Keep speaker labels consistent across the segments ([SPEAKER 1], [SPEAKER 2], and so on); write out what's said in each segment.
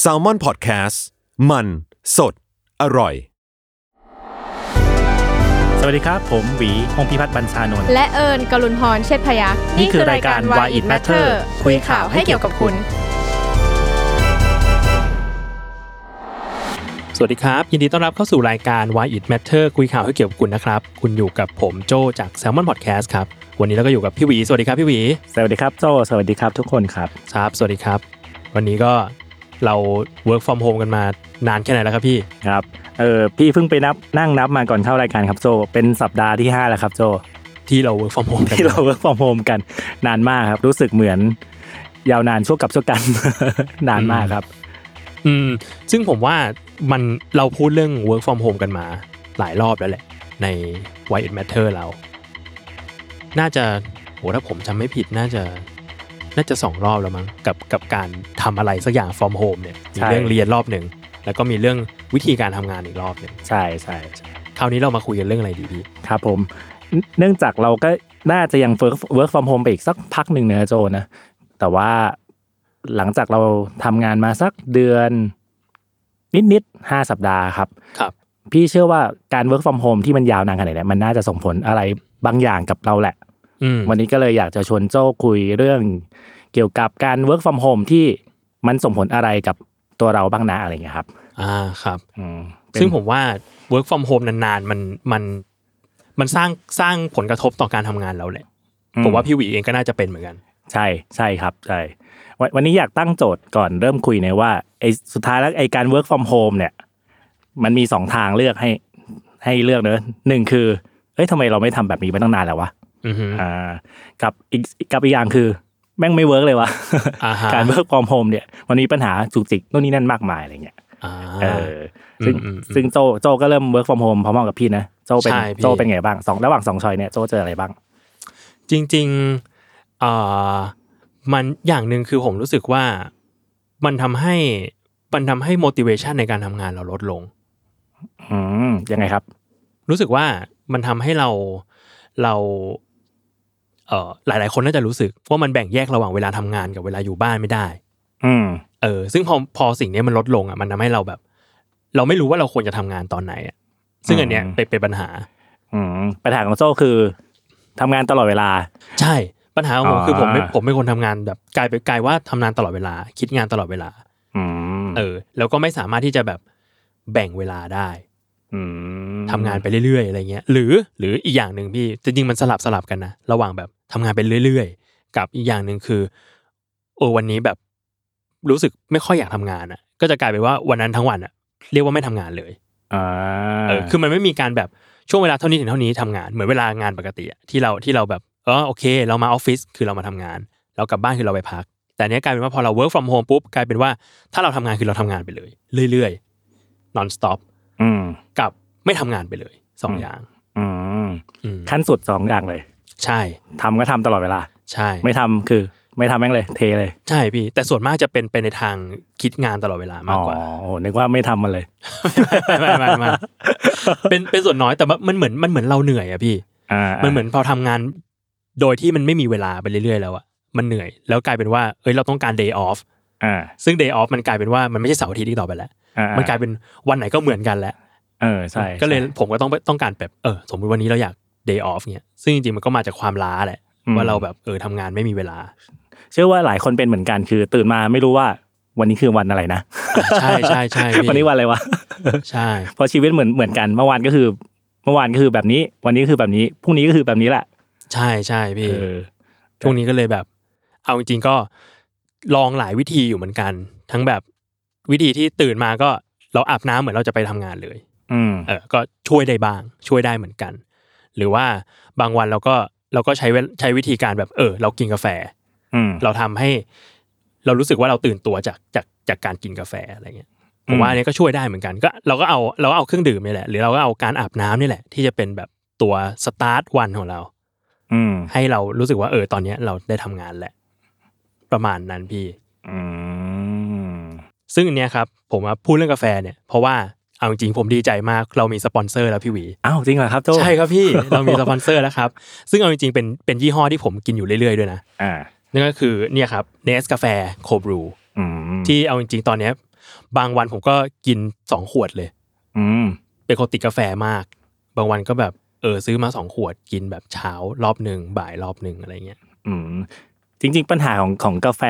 [SPEAKER 1] แซลมอนพอดแคสต์มันสดอร่อย
[SPEAKER 2] สวัสดีครับ ผมหวีพงพิพัฒน์บัญชานนท์
[SPEAKER 3] และเอิญกลุนพรเชษพยักษ์
[SPEAKER 2] นี่คือรายการ Why It Matter คุยข่าวให้เกี่ยวกับคุณ สวัสดีครับ ยินดีต้อนรับเข้าสู่รายการ Why It Matter คุยข่าวให้เกี่ยวกับคุณนะครับ คุณอยู่กับผมโจจาก Salmon Podcast ครับ วันนี้เราก็อยู่กับพี่หวีสวัสดีครับพี่หวี
[SPEAKER 4] สวัสดีครับโจสวัสดีครับทุกคนครับ
[SPEAKER 2] ครับ สวัสดีครับ วันนี้ก็เรา work from home กันมานานแค่ไหนแล้วครับพี่
[SPEAKER 4] ครับเออพี่เพิ่งไปนับนั่งนับมาก่อนเข้ารายการครับโจเป็นสัปดาห์ที่ 5 แล้วครับ โจ
[SPEAKER 2] ที่เรา work from home กัน
[SPEAKER 4] ที่เราเวิร์กฟอร์มโฮมกันนานมากครับ รู้สึกเหมือน ยาวนานช่วงกับช่วงกัน นานมากครับ
[SPEAKER 2] อืมซึ่งผมว่ามันเราพูดเรื่อง work from home กันมาหลายรอบแล้วแหละ ใน Why It Matter เรา น่าจะโหถ้าผมจำไม่ผิดน่าจะ น่าจะสองรอบแล้วมั้งกับกับการทำอะไรสักอย่าง from home เนี่ยมี
[SPEAKER 4] ใช่
[SPEAKER 2] เรื่องเรียนรอบหนึ่ง แล้วก็มีเรื่องวิธีการทำงานอีกรอบหนึ่ง
[SPEAKER 4] ใช่ใช่
[SPEAKER 2] คราวนี้เรามาคุยกันเรื่องอะไรดีพี่
[SPEAKER 4] ครับผมเนื่องเนื่องจากเราก็น่าจะยังเวิร์กฟอร์มโฮมไปอีกสักพักหนึ่งเนอะโจนะแต่ว่าหลังจากเราทำงานมาสักเดือน นิดๆห้าสัปดาห์ครับ
[SPEAKER 2] ครับ
[SPEAKER 4] พี่เชื่อว่าการ work from home ที่มันยาวนานขนาดเนี้ยมันน่าจะส่งผลอะไรบางอย่างกับเราแหละ
[SPEAKER 2] อืม
[SPEAKER 4] วันนี้ก็เลยอยากจะชวนโจ้คุยเรื่องเกี่ยวกับการ work from home ที่มันส่งผลอะไรกับตัวเราบ้างนะอะไรเงี้ยครับ
[SPEAKER 2] อ่าครับ
[SPEAKER 4] อืมเป็น
[SPEAKER 2] ซึ่งผมว่า work from home นานๆ มันมันมันสร้างสร้างผลกระทบต่อการทำงานเราแหละ
[SPEAKER 4] อื
[SPEAKER 2] ผมว่าพี่หวีเองก็น่าจะเป็นเหมือนกัน
[SPEAKER 4] ใช่ใช่ครับใช่วันวันนี้อยากตั้งโจทย์ก่อนเริ่มคุยเนี่ยว่าไอ้สุดท้ายแล้วไอ้การ work from home เนี่ย มันมีสองทางเลือกให้ให้เลือกเนอะหนึ่งคือเอ้ยทำไมเราไม่ทำแบบนี้มาตั้งนานแล้ววะ
[SPEAKER 2] อือฮึ
[SPEAKER 4] อ่ากับอีกกับอีกอย่างคือแม่งไม่เวิร์กเลยวะ
[SPEAKER 2] อ่าฮะ
[SPEAKER 4] การเวิร์กฟอร์มโฮมเนี่ยมันมีปัญหาจุกจิกนู่นนี่นั่นมากมายอะไรเงี้ย
[SPEAKER 2] อ่า
[SPEAKER 4] เออซึ่ง
[SPEAKER 2] อืมอืม
[SPEAKER 4] ซึ่งโจโจก็เริ่มเวิร์กฟอร์มโฮมพร้อมๆกับพี่นะโจเป็น
[SPEAKER 2] ใช่พี่
[SPEAKER 4] โจเป็นไงบ้างสองระหว่างสองชอยเนี่ยโจเจออะไรบ้าง
[SPEAKER 2] จริงๆเอ่อมันอย่างหนึ่งคือผมรู้สึกว่ามันทำให้มันทำให้ motivation ในการทำงานเราลดลง
[SPEAKER 4] อืมยังไงครับ
[SPEAKER 2] รู้สึกว่ามันทำให้เราเราเอ่อหลาย ๆ คนน่าจะรู้สึกว่ามันแบ่งแยกระหว่างเวลาทำงานกับเวลาอยู่บ้านไม่ได้
[SPEAKER 4] อืม
[SPEAKER 2] เออ ซึ่งพอพอสิ่งเนี้ยมันลดลงอ่ะมันทำให้เราแบบ เราไม่รู้ว่าเราควรจะทำงานตอนไหนอ่ะซึ่งอันเนี้ยเป็นเป็นปัญหา
[SPEAKER 4] อืมปัญหาของโจคือทำงานตลอดเวลา
[SPEAKER 2] ใช่ปัญหาของผม
[SPEAKER 4] อ่า
[SPEAKER 2] คือผมไม่ผมเป็นคนทำงานแบบกลายไปกลายว่าทำงานตลอดเวลา คิดงานตลอดเวลา
[SPEAKER 4] อืม
[SPEAKER 2] เออ แล้วก็ไม่สามารถที่จะแบบแบ่งเวลาได้
[SPEAKER 4] ม
[SPEAKER 2] ทำงานไปเรื่อยๆอะไรเงี้ยหรือหรืออีกอย่างหนึ่งพี่จริงๆมันสลับสลับกันนะระหว่างแบบทำงานไปเรื่อยๆ กับอีกอย่างหนึ่งคือโอ้วันนี้แบบรู้สึกไม่ค่อยอยากทำงานอ่ะ ก็จะกลายเป็นว่าวันนั้นทั้งวันอ่ะเรียกว่าไม่ทำงานเลย
[SPEAKER 4] อ่า
[SPEAKER 2] เออคือมันไม่มีการแบบช่วงเวลาเท่านี้ถึงเท่านี้ทำงานเหมือนเวลางานปกติอะที่เราที่เราแบบเออโอเค เรามาออฟฟิศคือเรามาทำงานเรากลับบ้านคือเราไปพัก แต่อันเนี้ยกลายเป็นว่าพอเรา work from home ปุ๊บกลายเป็นว่าถ้าเราทำงานคือเราทำงานไปเลยเรื่อยๆ non stop
[SPEAKER 4] อืม
[SPEAKER 2] กับไม่ทำงานไปเลยสองอย่าง
[SPEAKER 4] อืม
[SPEAKER 2] อืม
[SPEAKER 4] ขั้นสุดสองอย่างเลย
[SPEAKER 2] ใช่
[SPEAKER 4] ทำก็ทำตลอดเวลา
[SPEAKER 2] ใช่
[SPEAKER 4] ไม่ทำคือ ไม่ทำแม่งเลย เทเลย
[SPEAKER 2] ใช่พี่ แต่ส่วนมากจะเป็นไปในทางคิดงานตลอดเวลามากกว่า
[SPEAKER 4] อ๋อโอ้นึกว่าไม่ทำมันเลย
[SPEAKER 2] ไม่ไม่ไม่ไม่เป็นเป็นส่วนน้อยแต่ว่ามันเหมือนมันเหมือนเราเหนื่อยอะพี่
[SPEAKER 4] อ่า
[SPEAKER 2] มั
[SPEAKER 4] มัน
[SPEAKER 2] เหมือนพอทำงาน โดยที่มันไม่มีเวลาไปเรื่อยๆ แล้วอะมันเหนื่อย แล้วกลายเป็นว่าเอ้ยเราต้องการ day off
[SPEAKER 4] อ่า
[SPEAKER 2] ซึ่ง day off มันกลายเป็นว่ามันไม่ใช่เสาร์อาทิตย์อีกต่อไปแล้ว
[SPEAKER 4] อ่า
[SPEAKER 2] มั
[SPEAKER 4] มัน
[SPEAKER 2] กลายเป็นวันไหนก็เหมือนกันแล้ว
[SPEAKER 4] เออใช่
[SPEAKER 2] ก็เลยผมก็ต้องไปต้องการแบบเออสมมติวันนี้เราอยาก day off เนี่ยซึ่งจริงๆมันก็มาจากความล้าแหละ
[SPEAKER 4] อืม
[SPEAKER 2] ว่าเราแบบเออทำงานไม่มีเว ลา
[SPEAKER 4] เชื่อว่าหลายคนเป็นเหมือนกันคือ ตื่นมาไม่รู้ว่าวันนี้คือวันอะไรนะ
[SPEAKER 2] ใช่ใช่ใช่ พี่
[SPEAKER 4] วันนี้วันอะไรวะ
[SPEAKER 2] ใช่
[SPEAKER 4] เพราะชีวิตเหมือนเหมือนกันเมื่อวานก็คือ เมื่อวานก็คือแบบนี้ วันนี้ก็คือแบบนี้พรุ่งนี้ก็คือแบบนี้แหละ
[SPEAKER 2] ใช่ใช่พี่
[SPEAKER 4] เออ
[SPEAKER 2] ช่วงนี้ก็เลยแบบ เอาจริงๆก็ลองหลายวิธีอยู่เหมือนกัน ทั้งแบบวิธีที่ตื่นมาก็เราอาบน้ำเหมือนเราจะไปทำงานเลย
[SPEAKER 4] อืม
[SPEAKER 2] เออก็ช่วยได้บ้าง ช่วยได้เหมือนกัน หรือว่าบางวันเราก็เราก็ใช้เวใช้วิธีการแบบเออ เรากินกาแฟ
[SPEAKER 4] อืม
[SPEAKER 2] เราทำให้ เรารู้สึกว่าเราตื่นตัวจากจากจากการกินกาแฟอะไรเงี้ยผ
[SPEAKER 4] อื
[SPEAKER 2] ม
[SPEAKER 4] ม
[SPEAKER 2] ว่าอันนี้ก็ช่วยได้เหมือนกันก็เราก็เอาเราก็เอาเครื่องดื่มนี่แหละหรือเราก็เอาการอาบน้ำนี่แหละ ที่จะเป็นแบบตัวสตาร์ทวันของเรา
[SPEAKER 4] อืม
[SPEAKER 2] ให้เรารู้สึกว่าเออตอนเนี้ยเราได้ทำงานแหละ ประมาณนั้นพี่
[SPEAKER 4] อืม
[SPEAKER 2] ซึ่งอันเนี้ยครับผมมาพูดเรื่องกาแฟเนี่ย เพราะว่าเอาจริงๆผมดีใจมากเรามีสปอนเซอร์แล้วพี่หวี
[SPEAKER 4] อ้าวจริงเหรอครับโจ
[SPEAKER 2] ใช่ครับพี่ เรามีสปอนเซอร์แล้วครับ ซึ่งเอาจริงๆเป็นเป็นยี่ห้อที่ผมกินอยู่เรื่อยๆด้วยนะ
[SPEAKER 4] อ่า
[SPEAKER 2] นั่นก็คือเนี่ยครับเนสกาแฟโคบรู
[SPEAKER 4] อืม
[SPEAKER 2] ที่เอาจริงๆตอนเนี้ยบางวันผมก็กินสองขวดเลย
[SPEAKER 4] อืม
[SPEAKER 2] เป็นคนติดกาแฟมาก บางวันก็แบบเออซื้อมาสองขวดกินแบบเช้ารอบหนึ่งบ่ายรอบหนึ่งอะไรเงี้ย
[SPEAKER 4] อืมจริง ๆ ปัญหาของของกาแฟ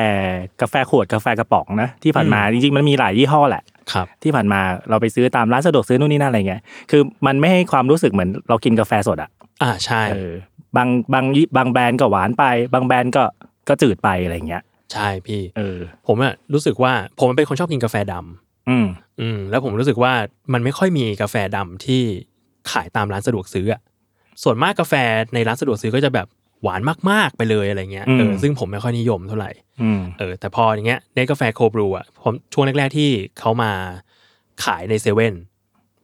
[SPEAKER 4] กาแฟขวดกาแฟกระป๋องนะที่ผ่านมาจริง ๆ มันมีหลายยี่ห้อแหละ
[SPEAKER 2] ครับ
[SPEAKER 4] ที่ผ่านมาเราไปซื้อตามร้านสะดวกซื้อนู่นนี่นั่นอะไรเงี้ยคือมันไม่ให้ความรู้สึกเหมือนเรากินกาแฟสดอะ
[SPEAKER 2] อ่าใช่
[SPEAKER 4] เออบางบางบางแบรนด์ก็หวานไป บางแบรนด์ก็ก็จืดไปอะไรเงี้ย
[SPEAKER 2] ใช่พี่
[SPEAKER 4] เออ
[SPEAKER 2] ผมอะรู้สึกว่าผมเป็นคนชอบกินกาแฟดำ
[SPEAKER 4] อืม
[SPEAKER 2] อืมแล้วผมรู้สึกว่ามันไม่ค่อยมีกาแฟดำที่ขายตามร้านสะดวกซื้ออะส่วนมากกาแฟในร้านสะดวกซื้อก็จะแบบหวานมากๆไปเลยอะไรเงี้ยเออซึ่งผมไม่ค่อยนิยมเท่าไหร่
[SPEAKER 4] อืม
[SPEAKER 2] เออแต่พออย่างเงี้ยเนสกาแฟโคบรูอ่ะผมช่วงแรก ๆ ที่เขามาขายในเซเว่น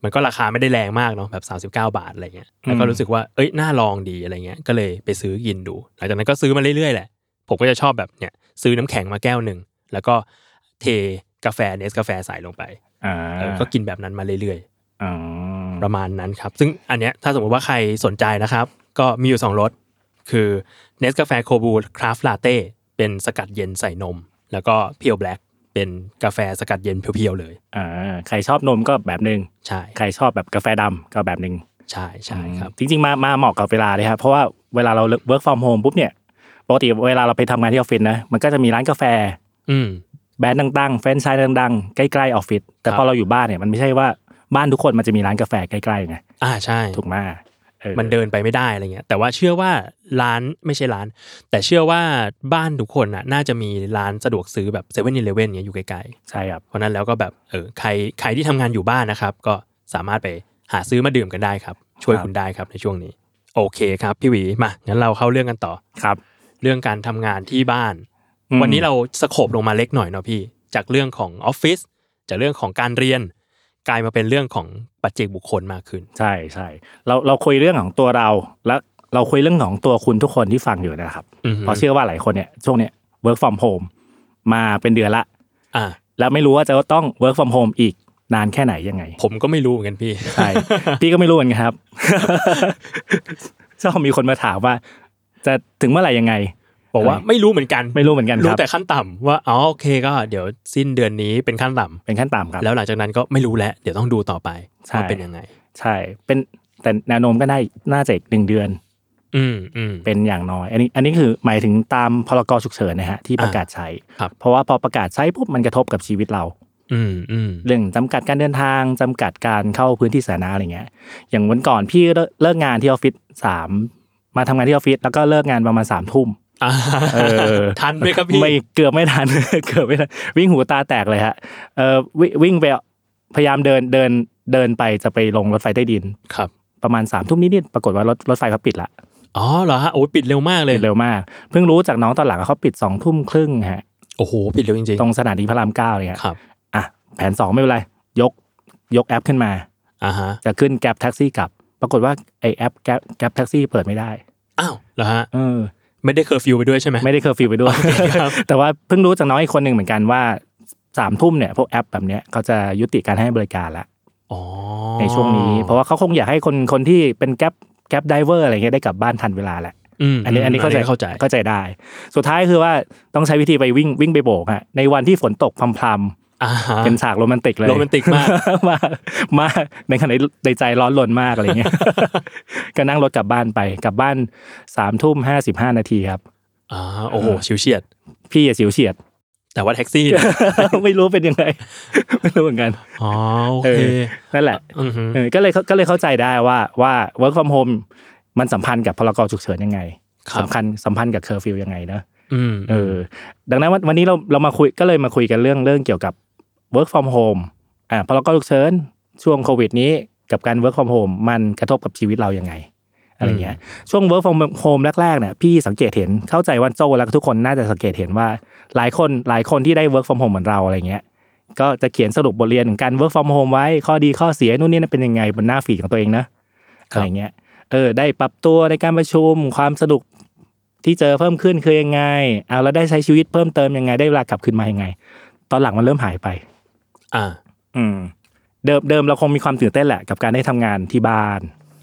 [SPEAKER 2] มันก็ราคาไม่ได้แรงมากเนาะแบบ 39 บาทอะไรเงี้ยแล้วก็รู้สึกว่าเอ้ยน่าลองดีอะไรเงี้ยก็เลยไปซื้อกินดู หลังจากนั้นก็ซื้อมาเรื่อย ๆ แหละ ผมก็จะชอบแบบเนี่ยซื้อน้ำแข็งมาแก้วหนึ่ง แล้วก็เทกาแฟเนสกาแฟใส่ลงไป
[SPEAKER 4] อ่า
[SPEAKER 2] เออก็กินแบบนั้นมาเรื่อย
[SPEAKER 4] อ๋อ
[SPEAKER 2] ๆ ประมาณนั้นครับ ซึ่งอันเนี้ยถ้าสมมติว่าใครสนใจนะครับ ก็มีอยู่สองรสคือเนสกาแฟโคบูคราฟลาเต้เป็นสกัดเย็นใส่นม แล้วก็เพียวแบล็กเป็นกาแฟสกัดเย็นเพียวๆเลย
[SPEAKER 4] อ่าใครชอบนมก็แบบหนึ่ง
[SPEAKER 2] ใช่
[SPEAKER 4] ใครชอบแบบกาแฟดำก็แบบหนึ่ง
[SPEAKER 2] ใช่ใช่ครับ
[SPEAKER 4] จริงๆ มามาเหมาะกับเวลาเลยครับ เพราะว่าเวลาเรา work from home ปุ๊บเนี่ย ปกติเวลาเราไปทำงานที่ออฟฟิศนะ มันก็จะมีร้านกาแฟ
[SPEAKER 2] อืม
[SPEAKER 4] แบรนด์ดังๆ แฟรนไชส์ดังๆ ใกล้ๆ ออฟฟิศ แต่
[SPEAKER 2] ครับ
[SPEAKER 4] พอเราอยู่บ้านเนี่ย มันไม่ใช่ว่าบ้านทุกคนมันจะมีร้านกาแฟใกล้ๆไง
[SPEAKER 2] อ่าใช่
[SPEAKER 4] ถูกไหมออ
[SPEAKER 2] มันเดินไปไม่ได้อะไรเงี้ยแต่ว่าเชื่อว่าร้านไม่ใช่ร้าน แต่เชื่อว่าบ้านทุกคนน่ะน่าจะมีร้านสะดวกซื้อแบบเซเว่นอีเลเว่นเงี้ยอยู่ไกลๆ
[SPEAKER 4] ใช่ครับ
[SPEAKER 2] เพราะฉะนั้นแล้วก็แบบเออใครใครที่ทำงานอยู่บ้านนะครับ ก็สามารถไปหาซื้อมาดื่มกันได้ครับ ช่วย
[SPEAKER 4] ครับ
[SPEAKER 2] คุณได้ครับในช่วงนี้ โอเคครับพี่หวีมางั้นเราเข้าเรื่องกันต่อ
[SPEAKER 4] ครับ
[SPEAKER 2] เรื่องการทำงานที่บ้าน
[SPEAKER 4] อืม
[SPEAKER 2] วันนี้เราสโคบลงมาเล็กหน่อยเนาะพี่ จากเรื่องของออฟฟิศจากเรื่องของการเรียน กลายมาเป็นเรื่องของปัจเจกบุคคลมากขึ้น
[SPEAKER 4] ใช่ใช่เราเราคุยเรื่องของตัวเรา และเราคุยเรื่องของตัวคุณทุกคนที่ฟังอยู่นะครับ
[SPEAKER 2] อือฮึ
[SPEAKER 4] เพราะเชื่อว่าหลายคนเนี่ยช่วงเนี่ย work from home มาเป็นเดือนละ
[SPEAKER 2] อ่า
[SPEAKER 4] แล้วไม่รู้ว่าจะต้อง work from home อีกนานแค่ไหนยังไง
[SPEAKER 2] ผมก็ไม่รู้เหมือนกันพี่
[SPEAKER 4] ใช่ พี่ก็ไม่รู้เหมือนกันครับ ชอบมีคนมาถามว่า จะถึงเมื่อไหร่ยังไง
[SPEAKER 2] บอกว่า
[SPEAKER 4] ใช่
[SPEAKER 2] ไม่รู้เหมือนกัน
[SPEAKER 4] ไม่รู้เหมือนกันค
[SPEAKER 2] รู้
[SPEAKER 4] รับ
[SPEAKER 2] แต่ขั้นต่ำว่าอ๋อโอเคก็เดี๋ยวสิ้นเดือนนี้เป็นขั้นต่ำ
[SPEAKER 4] เป็นขั้นต่ำครับ
[SPEAKER 2] แล้วหลังจากนั้นก็ไม่รู้แล้วเดี๋ยวต้องดูต่อไป
[SPEAKER 4] ใช่
[SPEAKER 2] ว่าเป็นยังไง
[SPEAKER 4] ใช่ เป็นแต่แนวโน้มก็ได้น่าจะอีกหนึ่งเดือน
[SPEAKER 2] อืมอืม
[SPEAKER 4] เป็นอย่างน้อย อันนี้ อันนี้คือหมายถึงตามพรกฉุกเฉินนะฮะที่ประกาศใช้
[SPEAKER 2] ครับ
[SPEAKER 4] เพราะว่าพอประกาศใช้ปุ๊บมันกระทบกับชีวิตเรา
[SPEAKER 2] อืมอืม
[SPEAKER 4] เรื่องจำกัดการเดินทางจำกัดการเข้าพื้นที่สาธารณะอะไรเงี้ย อย่างวันก่อนพี่เลิกเลิกงานที่ออฟฟิศสามมาทำงานที่ออฟฟิศแล้วก็เลิกงานประมาณสามทุ่ม
[SPEAKER 2] อ่า
[SPEAKER 4] เออ
[SPEAKER 2] ทันไหมครับพี่
[SPEAKER 4] ไม่เกือบไม่ทัน เกือบไม่ทันวิ่งหูตาแตกเลยฮะเออวิวิ่งไปพยายามเดินเดินเดินไปจะไปลงรถไฟใต้ดิน
[SPEAKER 2] ครับ
[SPEAKER 4] ประมาณสามทุ่มนิดๆปรากฏว่ารถรถไฟเขาปิดละ
[SPEAKER 2] อ๋อเหรอฮะโอ้ยปิดเร็วมากเลย
[SPEAKER 4] ปิดเร็วมาก เพิ่งรู้จากน้องตอนหลังว่าเขาปิดสองทุ่มครึ่งฮะ
[SPEAKER 2] โอ้โหปิดเร็วจริง
[SPEAKER 4] ตรงสถานีพระรามเก้าเลยฮะ
[SPEAKER 2] ๆครับ
[SPEAKER 4] อ่ะแผนสองไม่เป็นไร ยกยกแอปขึ้นมา
[SPEAKER 2] อ่าฮะ
[SPEAKER 4] จะขึ้นแกร็บแท็กซี่กลับ ปรากฏว่าไอแอปแกร็บแท็กซี่เปิดไม่ได้
[SPEAKER 2] อ้าวเหรอฮะ
[SPEAKER 4] เออ
[SPEAKER 2] ไม่ได้เคอร์ฟิวไปด้วยใช่ไหม
[SPEAKER 4] ไม่ได้เคอร์ฟิวไปด้วย
[SPEAKER 2] โอเคครับ
[SPEAKER 4] แต่ว่าเพิ่งรู้จากน้องอีกคนหนึ่งเหมือนกันว่าสามทุ่มเนี่ยพวกแอปแบบเนี้ยเขาจะยุติการให้บริการละ
[SPEAKER 2] อ๋อ
[SPEAKER 4] ในช่วงนี้ เพราะว่าเขาคงอยากให้คนคนที่เป็นแก๊ปแก๊ปไดเวอร์อะไรเงี้ยได้กลับบ้านทันเวลาแหละ
[SPEAKER 2] ม
[SPEAKER 4] อันนี้อันนี้เข้าใจ
[SPEAKER 2] เข้าใจ
[SPEAKER 4] เข้าใจได้ สุดท้ายคือว่าต้องใช้วิธีไปวิ่งวิ่งไปโบกฮะในวันที่ฝนตกพรำ
[SPEAKER 2] อ่าฮะ
[SPEAKER 4] ๆเป็นฉากโรแมนติกเลย
[SPEAKER 2] โรแมนติก มาก
[SPEAKER 4] มามาในขณะที่ในใจร้อนรนมากอะไรเงี้ย ก็นั่งรถกลับบ้านไปกลับบ้านสามทุ่มห้าสิบห้านาทีครับ
[SPEAKER 2] อ่าโอ้โหชิวเฉียด
[SPEAKER 4] พี่อย่าเสียวเฉียด
[SPEAKER 2] แต่ว่าแท็กซี่เนี่ย
[SPEAKER 4] ไม่รู้เป็นยังไง ไม่รู้เหมือนกัน
[SPEAKER 2] อ๋อโอ
[SPEAKER 4] เอ
[SPEAKER 2] เค
[SPEAKER 4] อ นั่นแหละ
[SPEAKER 2] อือฮึ
[SPEAKER 4] เออก็เลยเข้าก็เลยเข้าใจได้ว่าว่า work from home มันสัมพันธ์กับพรกฉุกเฉินยังไง
[SPEAKER 2] ครับ
[SPEAKER 4] สำคัญสัมพันธ์กับเคอร์ฟิวยังไงเนอะ
[SPEAKER 2] อืม
[SPEAKER 4] เออ ดังนั้นวันวันนี้เราเรามาคุยก็เลยมาคุยกันเรื่องเรื่องเกี่ยวกับ work from home อ่าพรกฉุกเฉินช่วงโควิดนี้กับการ work from home มันกระทบกับชีวิตเรายังไงอะไรเงี้ยช่วง work from home แรกๆเนี่ยพี่สังเกตเห็นเข้าใจว่าโจแล้วก็ทุกคนน่าจะสังเกตเห็นว่า หลายคนหลายคนที่ได้ work from home เหมือนเราอะไรเงี้ย ก็จะเขียนสรุปบทเรียนของการ work from home ไว้ ข้อดีข้อเสียนู่นนี่นั่นเป็นยังไงบนหน้าฝีดของตัวเองนะอะไรเงี้ยเออได้ปรับตัวในการประชุมความสนุกที่เจอเพิ่มขึ้นคือยังไงเอาแล้วได้ใช้ชีวิตเพิ่มเติมยังไงได้เวลากลับคืนมายังไง ตอนหลังมันเริ่มหายไป
[SPEAKER 2] อ่า
[SPEAKER 4] อืมเดิมเดิมเราคงมีความตื่นเต้นแหละกับการได้ทำงานที่บ้าน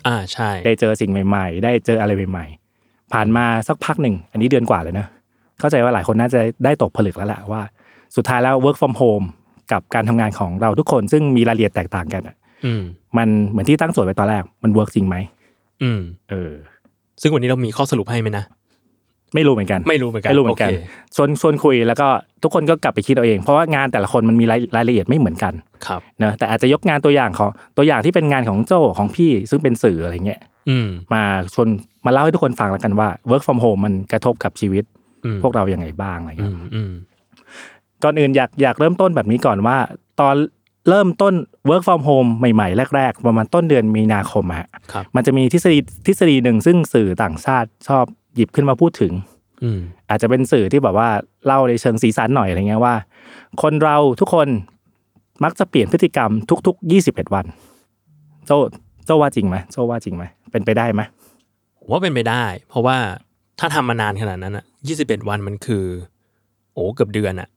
[SPEAKER 2] อ่าใช่
[SPEAKER 4] ได้เจอสิ่งใหม่ ๆ ได้เจออะไรใหม่ ๆ ผ่านมาสักพักหนึ่ง อันนี้เดือนกว่าเลยนะ เข้าใจว่าหลายคนน่าจะได้ตกผลึกแล้วแหละว่า สุดท้ายแล้ว work from home กับการทำงานของเราทุกคนซึ่งมีรายละเอียดแตกต่างกันอะ
[SPEAKER 2] อืม
[SPEAKER 4] มันเหมือนที่ตั้งโจทย์ไว้ตอนแรก มัน work จริงไหม
[SPEAKER 2] อืม
[SPEAKER 4] เออ
[SPEAKER 2] ซึ่งวันนี้เรามีข้อสรุปให้ไหมนะ
[SPEAKER 4] ไม่รู้เหมือนกัน
[SPEAKER 2] ไม่รู้เหมือนกัน
[SPEAKER 4] ไม่รู้เหมือนกัน
[SPEAKER 2] โค
[SPEAKER 4] ชวนชวนคุยแล้วก็ทุกคนก็กลับไปคิดเอาเอง เพราะว่างานแต่ละคนมันมีรายรายละเอียดไม่เหมือนกัน
[SPEAKER 2] ครับ
[SPEAKER 4] นะแต่อาจจะยกงานตัวอย่างของตัวอย่างที่เป็นงานของโจของพี่ซึ่งเป็นสื่ออะไรเงี้ย
[SPEAKER 2] อืม
[SPEAKER 4] มาชวนมาเล่าให้ทุกคนฟังแล้วกันว่า work from home มันกระทบกับชีวิต
[SPEAKER 2] อืม
[SPEAKER 4] พวกเราอย่างไงบ้างอะไร
[SPEAKER 2] อื
[SPEAKER 4] เงี้ย
[SPEAKER 2] มอืม
[SPEAKER 4] ก่อนอื่นอยากอยากเริ่มต้นแบบนี้ก่อนว่า ตอนเริ่มต้น work from home ใหม่ ๆ แรก ๆ ประมาณต้นเดือนมีนาคมอะฮะ
[SPEAKER 2] ครับ
[SPEAKER 4] มันจะมีทฤษฎีทฤษฎีหนึ่งซึ่งสื่อต่างชาติชอบหยิบขึ้นมาพูดถึง
[SPEAKER 2] อืม
[SPEAKER 4] อาจจะเป็นสื่อที่แบบว่าเล่าในเชิงสีสันหน่อยอะไรเงี้ยว่า คนเราทุกคนมักจะเปลี่ยนพฤติกรรมทุกๆ21 วัน โจโจว่าจริงไหมโจว่าจริงไหมเป็นไปได้ไหม
[SPEAKER 2] ผมว่าเป็นไปได้ เพราะว่าถ้าทำมานานขนาดนั้นอ่ะยี่สิบเอ็ดวันมันคือ โอ้เกือบเดือนอ่ะ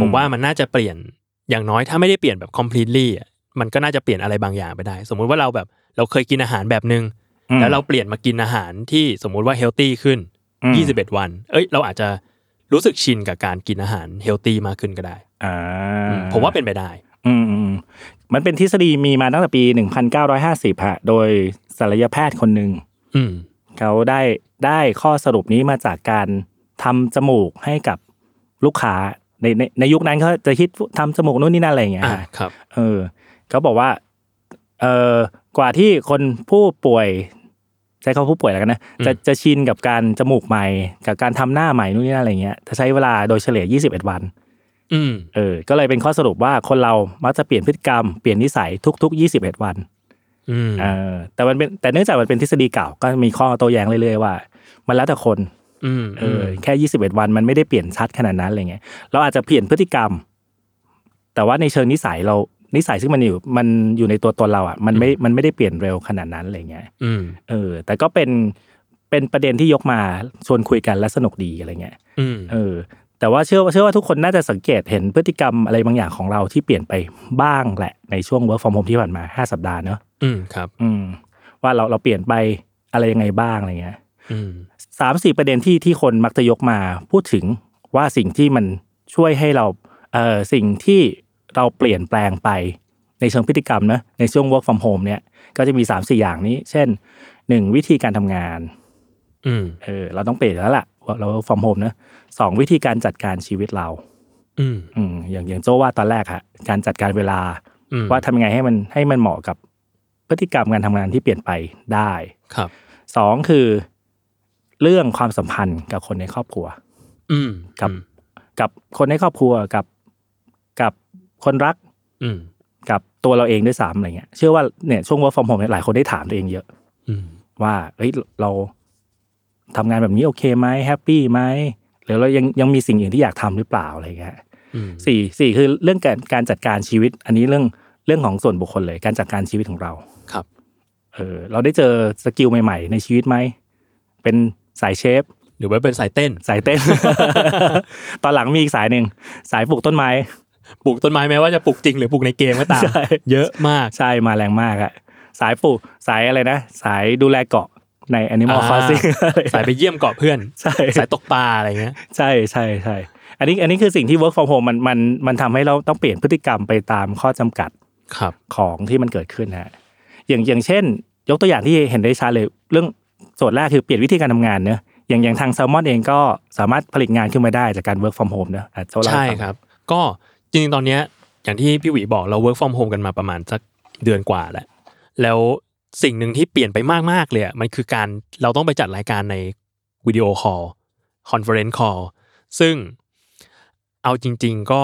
[SPEAKER 2] ผมว่ามันน่าจะเปลี่ยนอย่างน้อยถ้าไม่ได้เปลี่ยนแบบ completely อ่ะมันก็น่าจะเปลี่ยนอะไรบางอย่างไปได้ สมมุติว่าเราแบบเราเคยกินอาหารแบบนึง
[SPEAKER 4] อืม
[SPEAKER 2] แล้วเราเปลี่ยนมากินอาหารที่สมมุติว่าเฮลตี้ขึ้น
[SPEAKER 4] อืม
[SPEAKER 2] 21 วัน เอ้ย เราอาจจะรู้สึกชินกับการกินอาหารเฮลตี้มากขึ้นก็ได้
[SPEAKER 4] อ่า
[SPEAKER 2] อืมผมว่าเป็นไปได้
[SPEAKER 4] อืมอืมมันเป็นทฤษฎีมีมาตั้งแต่ปี 1950ฮะโดยศัลยแพทย์คนหนึ่ง
[SPEAKER 2] อืม
[SPEAKER 4] เขาได้ได้ข้อสรุปนี้มาจากการทำจมูกให้กับลูกค้าในในในยุคนั้นเขาจะคิดทำจมูกนู่นนี่นั่นอะไรอย่างเงี้ย
[SPEAKER 2] อ่า
[SPEAKER 4] ฮะ
[SPEAKER 2] ครับ
[SPEAKER 4] เออเขาบอกว่าเออกว่าที่คนผู้ป่วย ใช้คำว่าผู้ป่วยแล้วกันนะ
[SPEAKER 2] อืม
[SPEAKER 4] จะจะชินกับการจมูกใหม่ กับการทำหน้าใหม่นู่นนี่นั่นอะไรเงี้ยจะใช้เวลาโดยเฉลี่ย 21 วัน
[SPEAKER 2] อืม
[SPEAKER 4] เออก็เลยเป็นข้อสรุปว่าคนเรามักจะเปลี่ยนพฤติกรรมเปลี่ยนนิสัยทุก ๆ 21 วัน
[SPEAKER 2] อืม
[SPEAKER 4] เออแต่มันเป็นแต่เนื่องจากมันเป็นทฤษฎีเก่าก็มีข้อโต้แย้งเรื่อยๆว่า มันแล้วแต่คน
[SPEAKER 2] อืม
[SPEAKER 4] เอออแค่ 21 วันมันไม่ได้เปลี่ยนชัดขนาดนั้นอะไรเงี้ยเราอาจจะเปลี่ยนพฤติกรรม แต่ว่าในเชิงนิสัยเรานิสัยซึ่งมันอยู่มันอยู่ในตัวตนเราอ่ะมันไม่มันไม่ได้เปลี่ยนเร็วขนาดนั้นอะไรเงี้ย
[SPEAKER 2] อืม
[SPEAKER 4] เออ แต่ก็เป็นเป็นประเด็นที่ยกมาชวนคุยกันและสนุกดีอะไรเงี้ย
[SPEAKER 2] อืม
[SPEAKER 4] เออ แต่ว่าเชื่อว่าเชื่อว่าทุกคนน่าจะสังเกตเห็นพฤติกรรมอะไรบางอย่างของเราที่เปลี่ยนไปบ้างแหละในช่วง work from home ที่ผ่านมาห้าสัปดาห์เนอะ
[SPEAKER 2] อืมครับ
[SPEAKER 4] อืม ว่าเราเราเปลี่ยนไปอะไรยังไงบ้างอะไรเงี้ย
[SPEAKER 2] อืม
[SPEAKER 4] สามสี่ประเด็นที่ที่คนมักจะยกมาพูดถึงว่าสิ่งที่มันช่วยให้เราเอ่อสิ่งที่เราเปลี่ยนแปลงไปในเชิงพฤติกรรมนะในช่วง work from home เนี่ยก็จะมี 3 4 อย่างนี้ เช่น 1 วิธีการทำงาน
[SPEAKER 2] อืม
[SPEAKER 4] เออเราต้องเปลี่ยนแล้วล่ะเรา work from home นะสองวิธีการจัดการชีวิตเรา
[SPEAKER 2] อืม
[SPEAKER 4] อืมอย่างอย่างโจว่าตอนแรกฮะการจัดการเวลา
[SPEAKER 2] อืม
[SPEAKER 4] ว่าทำยังไงให้มันให้มันเหมาะกับพฤติกรรมการทำงานที่เปลี่ยนไปได้
[SPEAKER 2] ครับ
[SPEAKER 4] สองคือเรื่องความสัมพันธ์กับคนในครอบครัว
[SPEAKER 2] อืม
[SPEAKER 4] ครับ กับคนในครอบครัวกับกับคนรัก
[SPEAKER 2] อืม
[SPEAKER 4] กับตัวเราเองด้วยซ้ำอะไรเงี้ยเชื่อว่าเนี่ยช่วง work from home เนี่ยหลายคนได้ถามตัวเองเยอะ
[SPEAKER 2] อืม
[SPEAKER 4] ว่าเฮ้ยเราทำงานแบบนี้โอเคไหมแฮปปี้ไหมหรือเรายังยังมีสิ่งอื่นที่อยากทำหรือเปล่าอะไรเงี้ย
[SPEAKER 2] อืม
[SPEAKER 4] สี่สี่คือเรื่องการการจัดการชีวิต อันนี้เรื่องเรื่องของส่วนบุคคลเลยการจัดการชีวิตของเรา
[SPEAKER 2] ครับ
[SPEAKER 4] เออเราได้เจอสกิลใหม่ ๆ ในชีวิตไหมเป็นสายเชฟ
[SPEAKER 2] หรือว่าเป็นสายเต้น
[SPEAKER 4] สายเต้น ตอนหลังมีอีกสายหนึ่งสายปลูกต้นไม้
[SPEAKER 2] ปลูกต้นไม้แม้ว่าจะปลูกจริงหรือป ลูกในเกมก็ตาม
[SPEAKER 4] ใช่
[SPEAKER 2] เยอะมาก
[SPEAKER 4] ใช่มาแรงมากอะสายปลูกสายอะไรนะ สายดูแลเกาะใน Animal
[SPEAKER 2] อ่า
[SPEAKER 4] Crossing
[SPEAKER 2] สายไปเยี่ยมเกาะเพื่อน
[SPEAKER 4] ใช่
[SPEAKER 2] สายตกปลาอะไรเงี้ย
[SPEAKER 4] ใช่ใช่ใช่อันนี้อันนี้คือสิ่งที่ work from home มันมันมันทำให้เราต้องเปลี่ยนพฤติกรรมไปตามข้อจำกัด
[SPEAKER 2] ครับ
[SPEAKER 4] ของที่มันเกิดขึ้นฮะอย่างอย่างเช่น ยกตัวอย่างที่เห็นได้ชัดเลย เรื่องส่วนแรกคือเปลี่ยนวิธีการทำงานเนอะอย่างอย่างทางแซลมอนเองก็สามารถผลิตงานขึ้นมาได้จากการ work from home เนอะอ่ะเจ้าเล่า
[SPEAKER 2] ใช่
[SPEAKER 4] ให้ฟัง
[SPEAKER 2] ครับ ก็จริงๆ ตอนเนี้ยอย่างที่พี่หวีบอกเรา work from home กันมาประมาณสักเดือนกว่าแล้ว แล้วสิ่งหนึ่งที่เปลี่ยนไปมาก ๆ เลยอะมันคือการเราต้องไปจัดรายการในวิดีโอคอลคอนเฟอเรนซ์คอลซึ่งเอาจริง ๆ ก็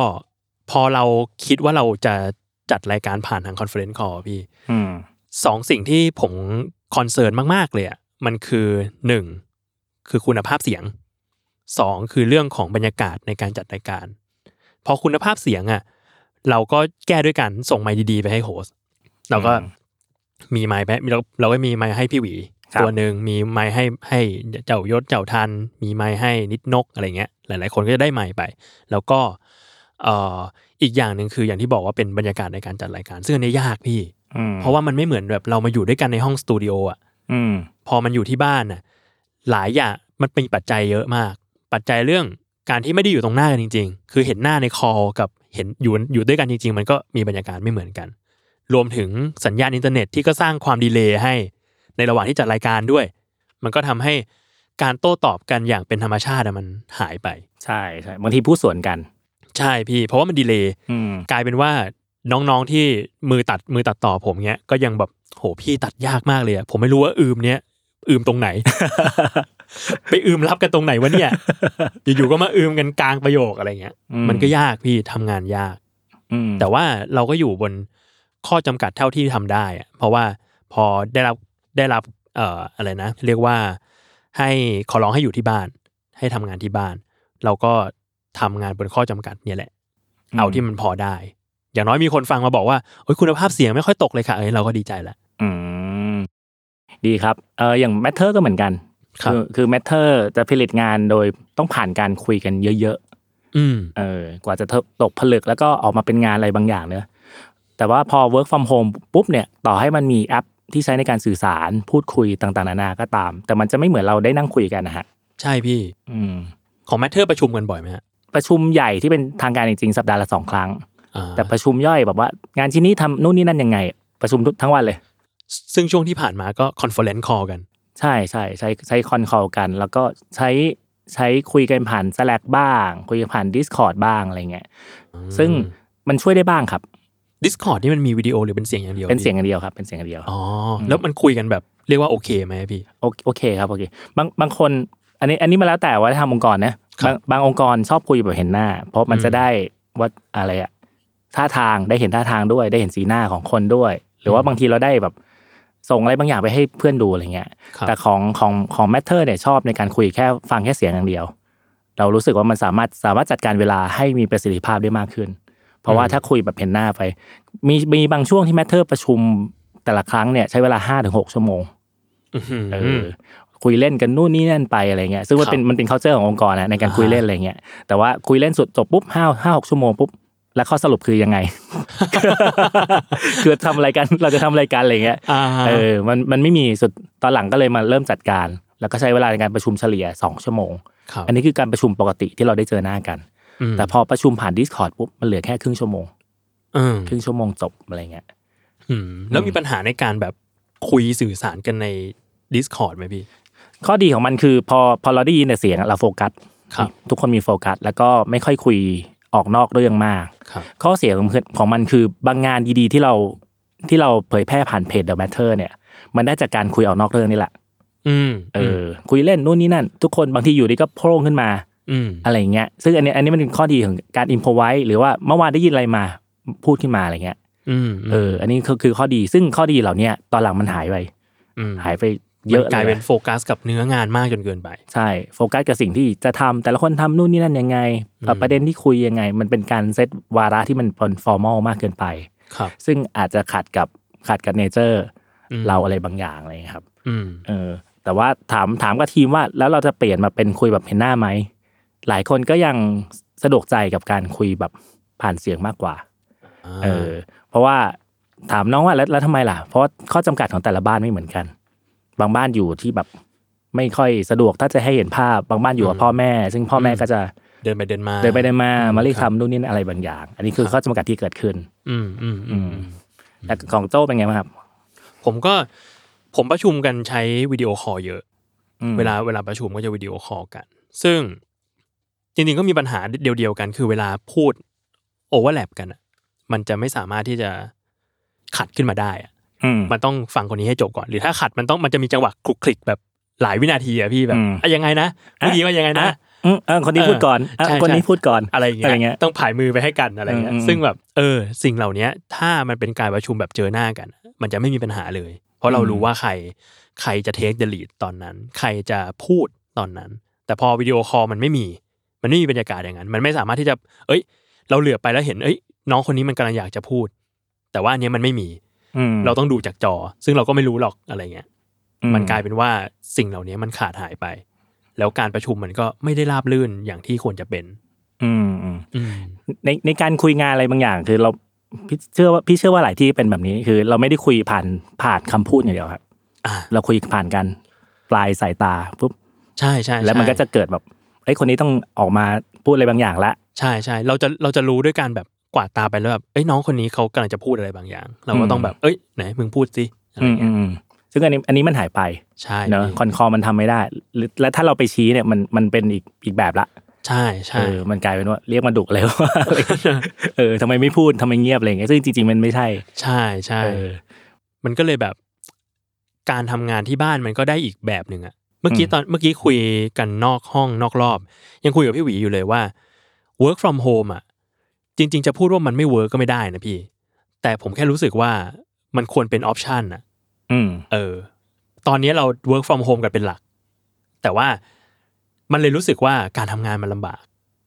[SPEAKER 2] พอเราคิดว่าเราจะจัดรายการผ่านทางคอนเฟอเรนซ์คอลพี่
[SPEAKER 4] อืม
[SPEAKER 2] สองสิ่งที่ผมคอนเซิร์นมาก ๆ เลยอะมันคือหนึ่งคือคุณภาพเสียงสองคือเรื่องของบรรยากาศในการจัดรายการ พอคุณภาพเสียงอะเราก็แก้ด้วยกันส่งไมค์ดี ๆ ไปให้โฮสต์เราก็
[SPEAKER 4] อืม
[SPEAKER 2] มีไมค์ไปเราเราก็มีไมค์ให้พี่หวี
[SPEAKER 4] ครับ
[SPEAKER 2] ตัวหนึ่งมีไมค์ให้ให้เจ้ายศเจ้าทัน มีไมค์ให้นิดนกอะไรเงี้ย หลาย ๆ คนก็จะได้ไมค์ไป แล้วก็เอ่ออีกอย่างหนึ่งคืออย่างที่บอกว่าเป็นบรรยากาศในการจัดรายการ ซึ่งอันนี้ยากพี่
[SPEAKER 4] อืม
[SPEAKER 2] เพราะว่ามันไม่เหมือนแบบเรามาอยู่ด้วยกันในห้องสตูดิโออ่ะ
[SPEAKER 4] อืม
[SPEAKER 2] พอมันอยู่ที่บ้านน่ะหลายอย่างมันเป็นปัจจัยเยอะมาก ปัจจัยเรื่อง การที่ไม่ได้อยู่ตรงหน้ากันจริง ๆ คือเห็นหน้าในคอลกับเห็นอยู่อยู่ด้วยกันจริง ๆ มันก็มีบรรยากาศไม่เหมือนกัน รวมถึงสัญญาณอินเทอร์เน็ตที่ก็สร้างความดีเลย์ให้ ในระหว่างที่จัดรายการด้วย มันก็ทำให้การโต้ตอบกันอย่างเป็นธรรมชาติอะมันหายไป
[SPEAKER 4] ใช่ใช่บางทีพูดสวนกัน
[SPEAKER 2] ใช่พี่ เพราะว่ามันดีเลย์
[SPEAKER 4] อืม
[SPEAKER 2] กลายเป็นว่าน้องๆที่มือตัดมือตัดต่อผมเนี้ยก็ยังแบบโหพี่ตัดยากมากเลยอะผมไม่รู้ว่าอืมเนี้ยอืมตรงไหน ไปอืมรับกันตรงไหนวะเนี่ย อยู่ๆก็มาอืมกันกลางประโยคอะไรเงี้ย
[SPEAKER 4] อืม
[SPEAKER 2] มันก็ยากพี่ทำงานยาก
[SPEAKER 4] อืม
[SPEAKER 2] แต่ว่าเราก็อยู่บนข้อจำกัดเท่าที่ทำได้อะเพราะว่าพอได้รับได้รับเอ่ออะไรนะ เรียกว่าให้ขอร้องให้อยู่ที่บ้าน ให้ทำงานที่บ้าน เราก็ทำงานบนข้อจำกัดเนี่ยแหละ เอาที่มันพอได้ อย่างน้อยมีคนฟังมาบอกว่าโอ้ยคุณภาพเสียงไม่ค่อยตกเลยค่ะเอ้ยเราก็ดีใจละ
[SPEAKER 4] อืมดีครับเอออย่างแมทเทอร์ก็เหมือนกัน
[SPEAKER 2] ครับ
[SPEAKER 4] คือคือแมทเทอร์จะผลิตงานโดยต้องผ่านการคุยกันเยอะ
[SPEAKER 2] อืม
[SPEAKER 4] ๆ เออกว่าจะตกผลึกแล้วก็ออกมาเป็นงานอะไรบางอย่างเนอะแต่ว่าพอ work from home ปุ๊บเนี่ยต่อให้มันมีแอปที่ใช้ในการสื่อสารพูดคุยต่างๆ นานาก็ตาม แต่มันจะไม่เหมือนเราได้นั่งคุยกันนะฮะ
[SPEAKER 2] ใช่พี่
[SPEAKER 4] อืม
[SPEAKER 2] ของแมทเทอร์ประชุมกันบ่อยไหมฮะ
[SPEAKER 4] ประชุมใหญ่ที่เป็นทางการจริงๆสัปดาห์ละสองครั้ง
[SPEAKER 2] อ่า
[SPEAKER 4] แต่ประชุมย่อยแบบว่างานชิ้นนี้ทำนู่นนี่นั่นยังไง ประชุมทั้งวันเลย
[SPEAKER 2] ซึ่งช่วงที่ผ่านมาก็คอนเฟอเรนซ์คอลกัน
[SPEAKER 4] ใช่ใช่ใช้ใช้คอนคอลกัน แล้วก็ใช้ใช้คุยกันผ่าน Slack บ้าง คุยกันผ่าน Discord บ้างอะไรเงี้ยซึ่งมันช่วยได้บ้างครับ
[SPEAKER 2] Discord นี่มันมีวิดีโอหรือเป็นเสียงอย่างเดียว
[SPEAKER 4] เป็นเสียงอ
[SPEAKER 2] พี่
[SPEAKER 4] ย่างเดียวครับเป็นเสียงอย่างเดียว
[SPEAKER 2] อ๋อแล้วมันคุยกันแบบเรียกว่าโอเคไหมพี่
[SPEAKER 4] โอเคโอเคครับโอเคบางบางคน อันนี้อันนี้มาแล้วแต่ว่าทำองค์กรนะ
[SPEAKER 2] ค
[SPEAKER 4] บา
[SPEAKER 2] รับ
[SPEAKER 4] งบางองค์กรชอบคุยแบบเห็นหน้า เพราะมัน
[SPEAKER 2] อืม
[SPEAKER 4] จะได้ว่าอะไรอะท่าทางได้เห็นท่าทางด้วย ได้เห็นสีหน้าของคนด้วย หรือว่าบางทีเราได้แบบส่งอะไรบางอย่างไปให้เพื่อนดูอะไรเงี้ย
[SPEAKER 2] ครับ
[SPEAKER 4] แต่ของของของแมทเทอร์เนี่ยชอบในการคุยแค่ฟังแค่เสียงอย่างเดียว เรารู้สึกว่ามันสามารถสามารถจัดการเวลาให้มีประสิทธิภาพได้มากขึ้น เพราะว่าถ้าคุยแบบเห็นหน้าไป มีมีบางช่วงที่แมทเทอร์ประชุมแต่ละครั้งเนี่ยใช้เวลาห้าถึงหกชั่วโมง
[SPEAKER 2] อื้อหือ
[SPEAKER 4] เออคุยเล่นกันนู่นนี่นั่นไปอะไรเงี้ยซึ่งมันเป็นมันเป็น c u เจอร์ขององค์กรนะในการคุยเล่นอะไรเงี้ยแต่ว่าคุยเล่นสุดจบปุ๊บห้าห้าหกชั่วโมงปุ๊บแล้วข้อสรุปคือยัง ไง คือทำอะไรกันเราจะทำอะไรกันอะไรเงี้ย
[SPEAKER 2] อ่าฮะ
[SPEAKER 4] เออมันมันไม่มีสุดตอนหลังก็เลยมาเริ่มจัดการ แล้วก็ใช้เวลาในการประชุมเฉลี่ยสองชั่วโมง
[SPEAKER 2] ครับ
[SPEAKER 4] อันนี้คือการประชุมปกติที่เราได้เจอหน้ากัน
[SPEAKER 2] ม
[SPEAKER 4] แต่พอประชุมผ่าน Discord ปุ๊บมันเหลือแค่ครึ่งชั่วโมง
[SPEAKER 2] อืม
[SPEAKER 4] ครึ่งชั่วโมงจบอะไรเงี้ย
[SPEAKER 2] อืมแล้วมีปัญหาในการแบบคุยสื่อสารกันใน Discord ไหมพี่
[SPEAKER 4] ข้อดีของมันคือพอพอเราได้ยินแต่เสียงอะเราโฟกัส
[SPEAKER 2] ครับ
[SPEAKER 4] ทุกคนมีโฟกัส แล้วก็ไม่ค่อยคุยออกนอกเรื่องมาก
[SPEAKER 2] ครับ
[SPEAKER 4] ข้อเสียของของมันคือบางงานดีๆที่เราที่เราเผยแพร่ผ่านเพจ The Matter เนี่ยมันได้จากการคุยออกนอกเรื่องนี่แหละ
[SPEAKER 2] อืม
[SPEAKER 4] เอออคุยเล่นนู่นนี่นั่น ทุกคนบางทีอยู่ดีก็โพร่งขึ้นมา
[SPEAKER 2] อืม
[SPEAKER 4] อะไรอย่างเงี้ยซึ่งอันเนี้ยอันนี้มันเป็นข้อดีของการอินโพไว้หรือว่าเมื่อวานได้ยินอะไรมาพูดขึ้นมาอะไรเงี้ย
[SPEAKER 2] อืม
[SPEAKER 4] เอออันนี้คือคือข้อดีซึ่งข้อดีเหล่าเนี้ยตอนหลังมันหายไป
[SPEAKER 2] ม
[SPEAKER 4] หายไปเยอะ
[SPEAKER 2] มัน
[SPEAKER 4] เล
[SPEAKER 2] กลาย
[SPEAKER 4] ย
[SPEAKER 2] เป็น
[SPEAKER 4] นะ
[SPEAKER 2] โฟกัสกับเนื้องานมากจนเกินไป
[SPEAKER 4] ใช่โฟกัสกับสิ่งที่จะทำแต่ละคนทำนู่นนี่นั่นยังไงเอ่อประเด็นที่คุยยังไง มันเป็นการเซตวาระที่มันเป็นฟอร์มอลมากเกินไป
[SPEAKER 2] ครับ
[SPEAKER 4] ซึ่งอาจจะขัดกับขัดกับเนเจอร์
[SPEAKER 2] อืม
[SPEAKER 4] เราอะไรบางอย่างอะไรอย่างเงี้ยครับ
[SPEAKER 2] อืม
[SPEAKER 4] เออแต่ว่าถามถามกับทีมว่าแล้วเราจะเปลี่ยนมาเป็นคุยแบบเห็นหน้าไหม หลายคนก็ยังสะดวกใจกับการคุยแบบผ่านเสียงมากกว่าเออเพราะว่าถามน้องว่าแล้วแล้วทำไมล่ะ เพราะว่าข้อจำกัดของแต่ละบ้านไม่เหมือนกัน บางบ้านอยู่ที่แบบไม่ค่อยสะดวกถ้าจะให้เห็นภาพบางบ้านอยู่กับพ่อแม่ ซึ่งพ่อแม่
[SPEAKER 2] อืม
[SPEAKER 4] ก็จะ
[SPEAKER 2] เดินไปเดินมา
[SPEAKER 4] เดินไปเดินมามาเรียก
[SPEAKER 2] ครับ
[SPEAKER 4] ทำนู่นนี่นั่นอะไรบางอย่าง อันนี้คือข้อจำกัดที่เกิดขึ้น
[SPEAKER 2] อืมอืมอืม
[SPEAKER 4] อืม แต่ของโจ้เป็นไงบ้างครับ
[SPEAKER 2] ผมก็ผมประชุมกันใช้วิดีโอคอลเยอะ
[SPEAKER 4] อืม
[SPEAKER 2] เวลาเวลาประชุมก็จะวิดีโอคอลกัน ซึ่งจริงๆก็มีปัญหาเดียวๆกัน คือเวลาพูดโอเวอร์แลปกันอะมันจะไม่สามารถที่จะขัดขึ้นมาได้อะ
[SPEAKER 4] อืม
[SPEAKER 2] มันต้องฟังคนนี้ให้จบก่อน หรือถ้าขัดมันต้องมันจะมีจังหวะคลุกคลิกแบบหลายวินาทีอะพี่แบบ
[SPEAKER 4] อืม
[SPEAKER 2] อะยังไงนะผู้ดีว่ายังไงนะ
[SPEAKER 4] อ่ะ อืมเออคนนี้
[SPEAKER 2] เออ
[SPEAKER 4] พูดก่อนอ่ะ
[SPEAKER 2] ใช่
[SPEAKER 4] คนนี้
[SPEAKER 2] ใช่
[SPEAKER 4] พูดก่อน
[SPEAKER 2] อะไรอย่างเงี้
[SPEAKER 4] อะไรเงี้
[SPEAKER 2] ย
[SPEAKER 4] ย
[SPEAKER 2] ต้องผายมือไปให้กันอะไรเงี้ย
[SPEAKER 4] อืมอืม
[SPEAKER 2] ซึ่งแบบเออ สิ่งเหล่าเนี้ยถ้ามันเป็นการประชุมแบบเจอหน้ากัน มันจะไม่มีปัญหาเลย เพราะเรารู้ว่าใครใครจะเทคเดลี d ตอนนั้น ใครจะพูดตอนนั้น แต่พอวิดีโอคอลมันไม่มี มันไม่มีบรรยากาศอย่างนั้น มันไม่สามารถที่จะ เอ้ย เราเหลือไปแล้วเห็นเอ้ย น้องคนนี้มันกำลังอยากจะพูด แต่ว่าอันเนี้ยมันไม่มี
[SPEAKER 4] อืม
[SPEAKER 2] เราต้องดูจากจอ ซึ่งเราก็ไม่รู้หรอกอะไรเงี้ย
[SPEAKER 4] อื
[SPEAKER 2] มันกลายเป็นว่าสิ่งเหล่านี้มันขาดหายไป แล้วการประชุมมันก็ไม่ได้ราบรื่นอย่างที่ควรจะเป็น
[SPEAKER 4] อืมอืม
[SPEAKER 2] อืม
[SPEAKER 4] ในในการคุยงานอะไรบางอย่าง คือเราพี่เชื่อว่าพี่เชื่อว่าหลายที่เป็นแบบนี้ คือ เราไม่ได้คุยผ่านผ่านคำพูดอย่างเดียวครับ
[SPEAKER 2] อ่า
[SPEAKER 4] เราคุยผ่านกันปลายสายตาปุ๊บ
[SPEAKER 2] ใช่ใช่
[SPEAKER 4] แล้วมัน
[SPEAKER 2] ใช่
[SPEAKER 4] ก็จะเกิดแบบไอ้ยคนนี้ต้องออกมา พูดอะไรบางอย่างละ
[SPEAKER 2] ใช่ใช่เราจะเราจะรู้ด้วยการแบบกวาดตาไปแล้วแบบเอ้ยน้องคนนี้เขากำลังจะพูดอะไรบางอย่าง เราก็ต้องแบบเอ้ยไหนมึงพูดสิอะไร
[SPEAKER 4] อืม
[SPEAKER 2] เงี้ย
[SPEAKER 4] อืมซึ่งอันนี้อันนี้มันหายไป
[SPEAKER 2] ใช่
[SPEAKER 4] เนอะคอนคอมันทำไม่ได้หรือและถ้าเราไปชี้เนี่ยมันมันเป็นอีกอีกแบบละ
[SPEAKER 2] ใช่
[SPEAKER 4] เอ
[SPEAKER 2] ใช่
[SPEAKER 4] อมันกลายเป็นว่าเรียกมาดุ เลยว่า เออทำไมไม่พูดทำไมเงียบอะไรอย่างเงี้ยซึ่งจริงๆมันไม่ใช่
[SPEAKER 2] ใช่ใช่
[SPEAKER 4] เออ
[SPEAKER 2] มันก็เลยแบบการทำงานที่บ้านมันก็ได้อีกแบบหนึ่งอะเมื่อกี้
[SPEAKER 4] อืม
[SPEAKER 2] ตอนเมื่อกี้คุยกันนอกห้องนอกรอบ ยังคุยกับพี่หวีอยู่เลยว่า work from home อะจริง ๆ จะพูดว่ามันไม่ work ก็ไม่ได้นะพี่ แต่ผมแค่รู้สึกว่ามันควรเป็น option อะ
[SPEAKER 4] อืม
[SPEAKER 2] เออ ตอนนี้เรา work from home กันเป็นหลัก แต่ว่ามันเลยรู้สึกว่าการทำงานมันลำบาก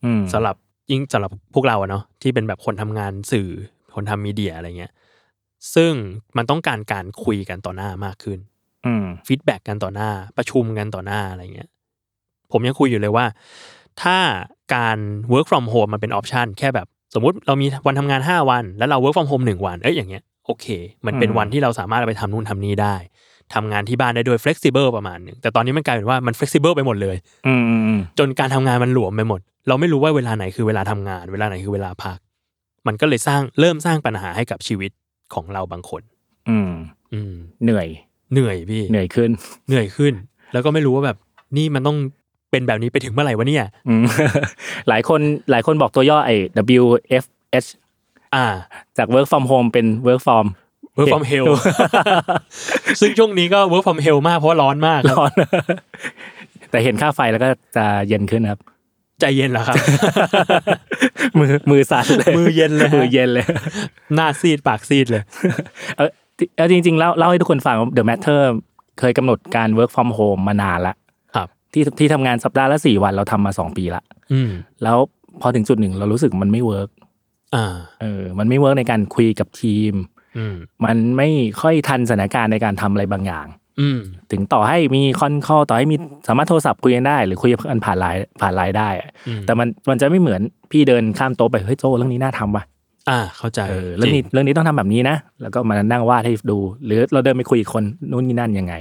[SPEAKER 4] อืม
[SPEAKER 2] สำหรับยิ่งสำหรับพวกเราอะเนาะที่เป็นแบบคนทำงานสื่อคนทำมีเดียอะไรเงี้ยซึ่งมันต้องการการคุยกันต่อหน้ามากขึ้น
[SPEAKER 4] อืม
[SPEAKER 2] ฟีดแบ็กกันต่อหน้า ประชุมกันต่อหน้าอะไรเงี้ยผมยังคุยอยู่เลยว่า ถ้าการ work from home มันเป็นออปชันแค่แบบสมมุติเรามีวันทำงาน 5 วัน แล้วเรา work from home 1 วันเอ้ยอย่างเงี้ยโอเค มันเป็น
[SPEAKER 4] อืม
[SPEAKER 2] วันที่เราสามารถเอาไปทำนู่นทำนี่ได้ทำงานที่บ้านได้ด้วย flexible ประมาณหนึ่งแต่ตอนนี้มันกลายเป็นว่ามัน flexible ไปหมดเลย
[SPEAKER 4] อืมอืมอืม
[SPEAKER 2] จนการทำงานมันหลวมไปหมด เราไม่รู้ว่าเวลาไหนคือเวลาทำงาน เวลาไหนคือเวลาพัก มันก็เลยสร้างเริ่มสร้างปัญหาให้กับชีวิตของเราบางคน
[SPEAKER 4] อืม
[SPEAKER 2] อืม
[SPEAKER 4] เหนื่อย
[SPEAKER 2] เหนื่อยพี่
[SPEAKER 4] เหนื่อยขึ้น
[SPEAKER 2] เหนื่อยขึ้น แล้วก็ไม่รู้ว่าแบบนี่มันต้องเป็นแบบนี้ไปถึงเมื่อไหร่วะเนี่ย
[SPEAKER 4] อืม หลายคนหลายคนบอกตัวย่อไอ้ WFH
[SPEAKER 2] อ่า
[SPEAKER 4] จาก work from home เป็น work from
[SPEAKER 2] work from hell ซึ่งช่วงนี้ก็ work from hell มากเพราะว่าร้อนมากครับ
[SPEAKER 4] ร้อน แต่เห็นค่าไฟแล้วก็จะเย็นขึ้นครับ
[SPEAKER 2] ใจเย็นเหรอครับ
[SPEAKER 4] มือมือสั่นเลย
[SPEAKER 2] มือเย็นเลยฮะ
[SPEAKER 4] มือเย็นเลย
[SPEAKER 2] หน้าซีดปากซีดเลย
[SPEAKER 4] เออที่เอาจริงๆเล่าเล่าให้ทุกคนฟังว่า The Matter เคยกำหนดการ work from home มานานละ
[SPEAKER 2] ครับ
[SPEAKER 4] ที่ที่ทำงานสัปดาห์ละสี่วันเราทำมาสองปีละ
[SPEAKER 2] อืม
[SPEAKER 4] แล้วพอถึงจุดหนึ่งเรารู้สึกมันไม่เวิร์ก
[SPEAKER 2] อ่า
[SPEAKER 4] เออ มันไม่เวิร์กในการคุยกับทีม
[SPEAKER 2] อืม
[SPEAKER 4] มันไม่ค่อยทันสถานการณ์ในการทำอะไรบางอย่าง
[SPEAKER 2] อืม
[SPEAKER 4] ถึงต่อให้มีคอนคอต่อให้มีสามารถโทรศัพท์คุยกันได้ หรือคุยกันผ่านไลน์ผ่านไลน์ได้อะ
[SPEAKER 2] อืม
[SPEAKER 4] แต่มันมันจะไม่เหมือนพี่เดินข้ามโต๊ะไปเฮ้ยโจเรื่องนี้น่าทำว่ะ
[SPEAKER 2] อ่า เข้าใจ
[SPEAKER 4] เออเรื่องนี้
[SPEAKER 2] จ
[SPEAKER 4] เรื่องนี้ต้องทำแบบนี้นะ แล้วก็มานั่งวาดให้ดู หรือเราเดินไปคุยกับคนนู้นนี่นั่นยังไง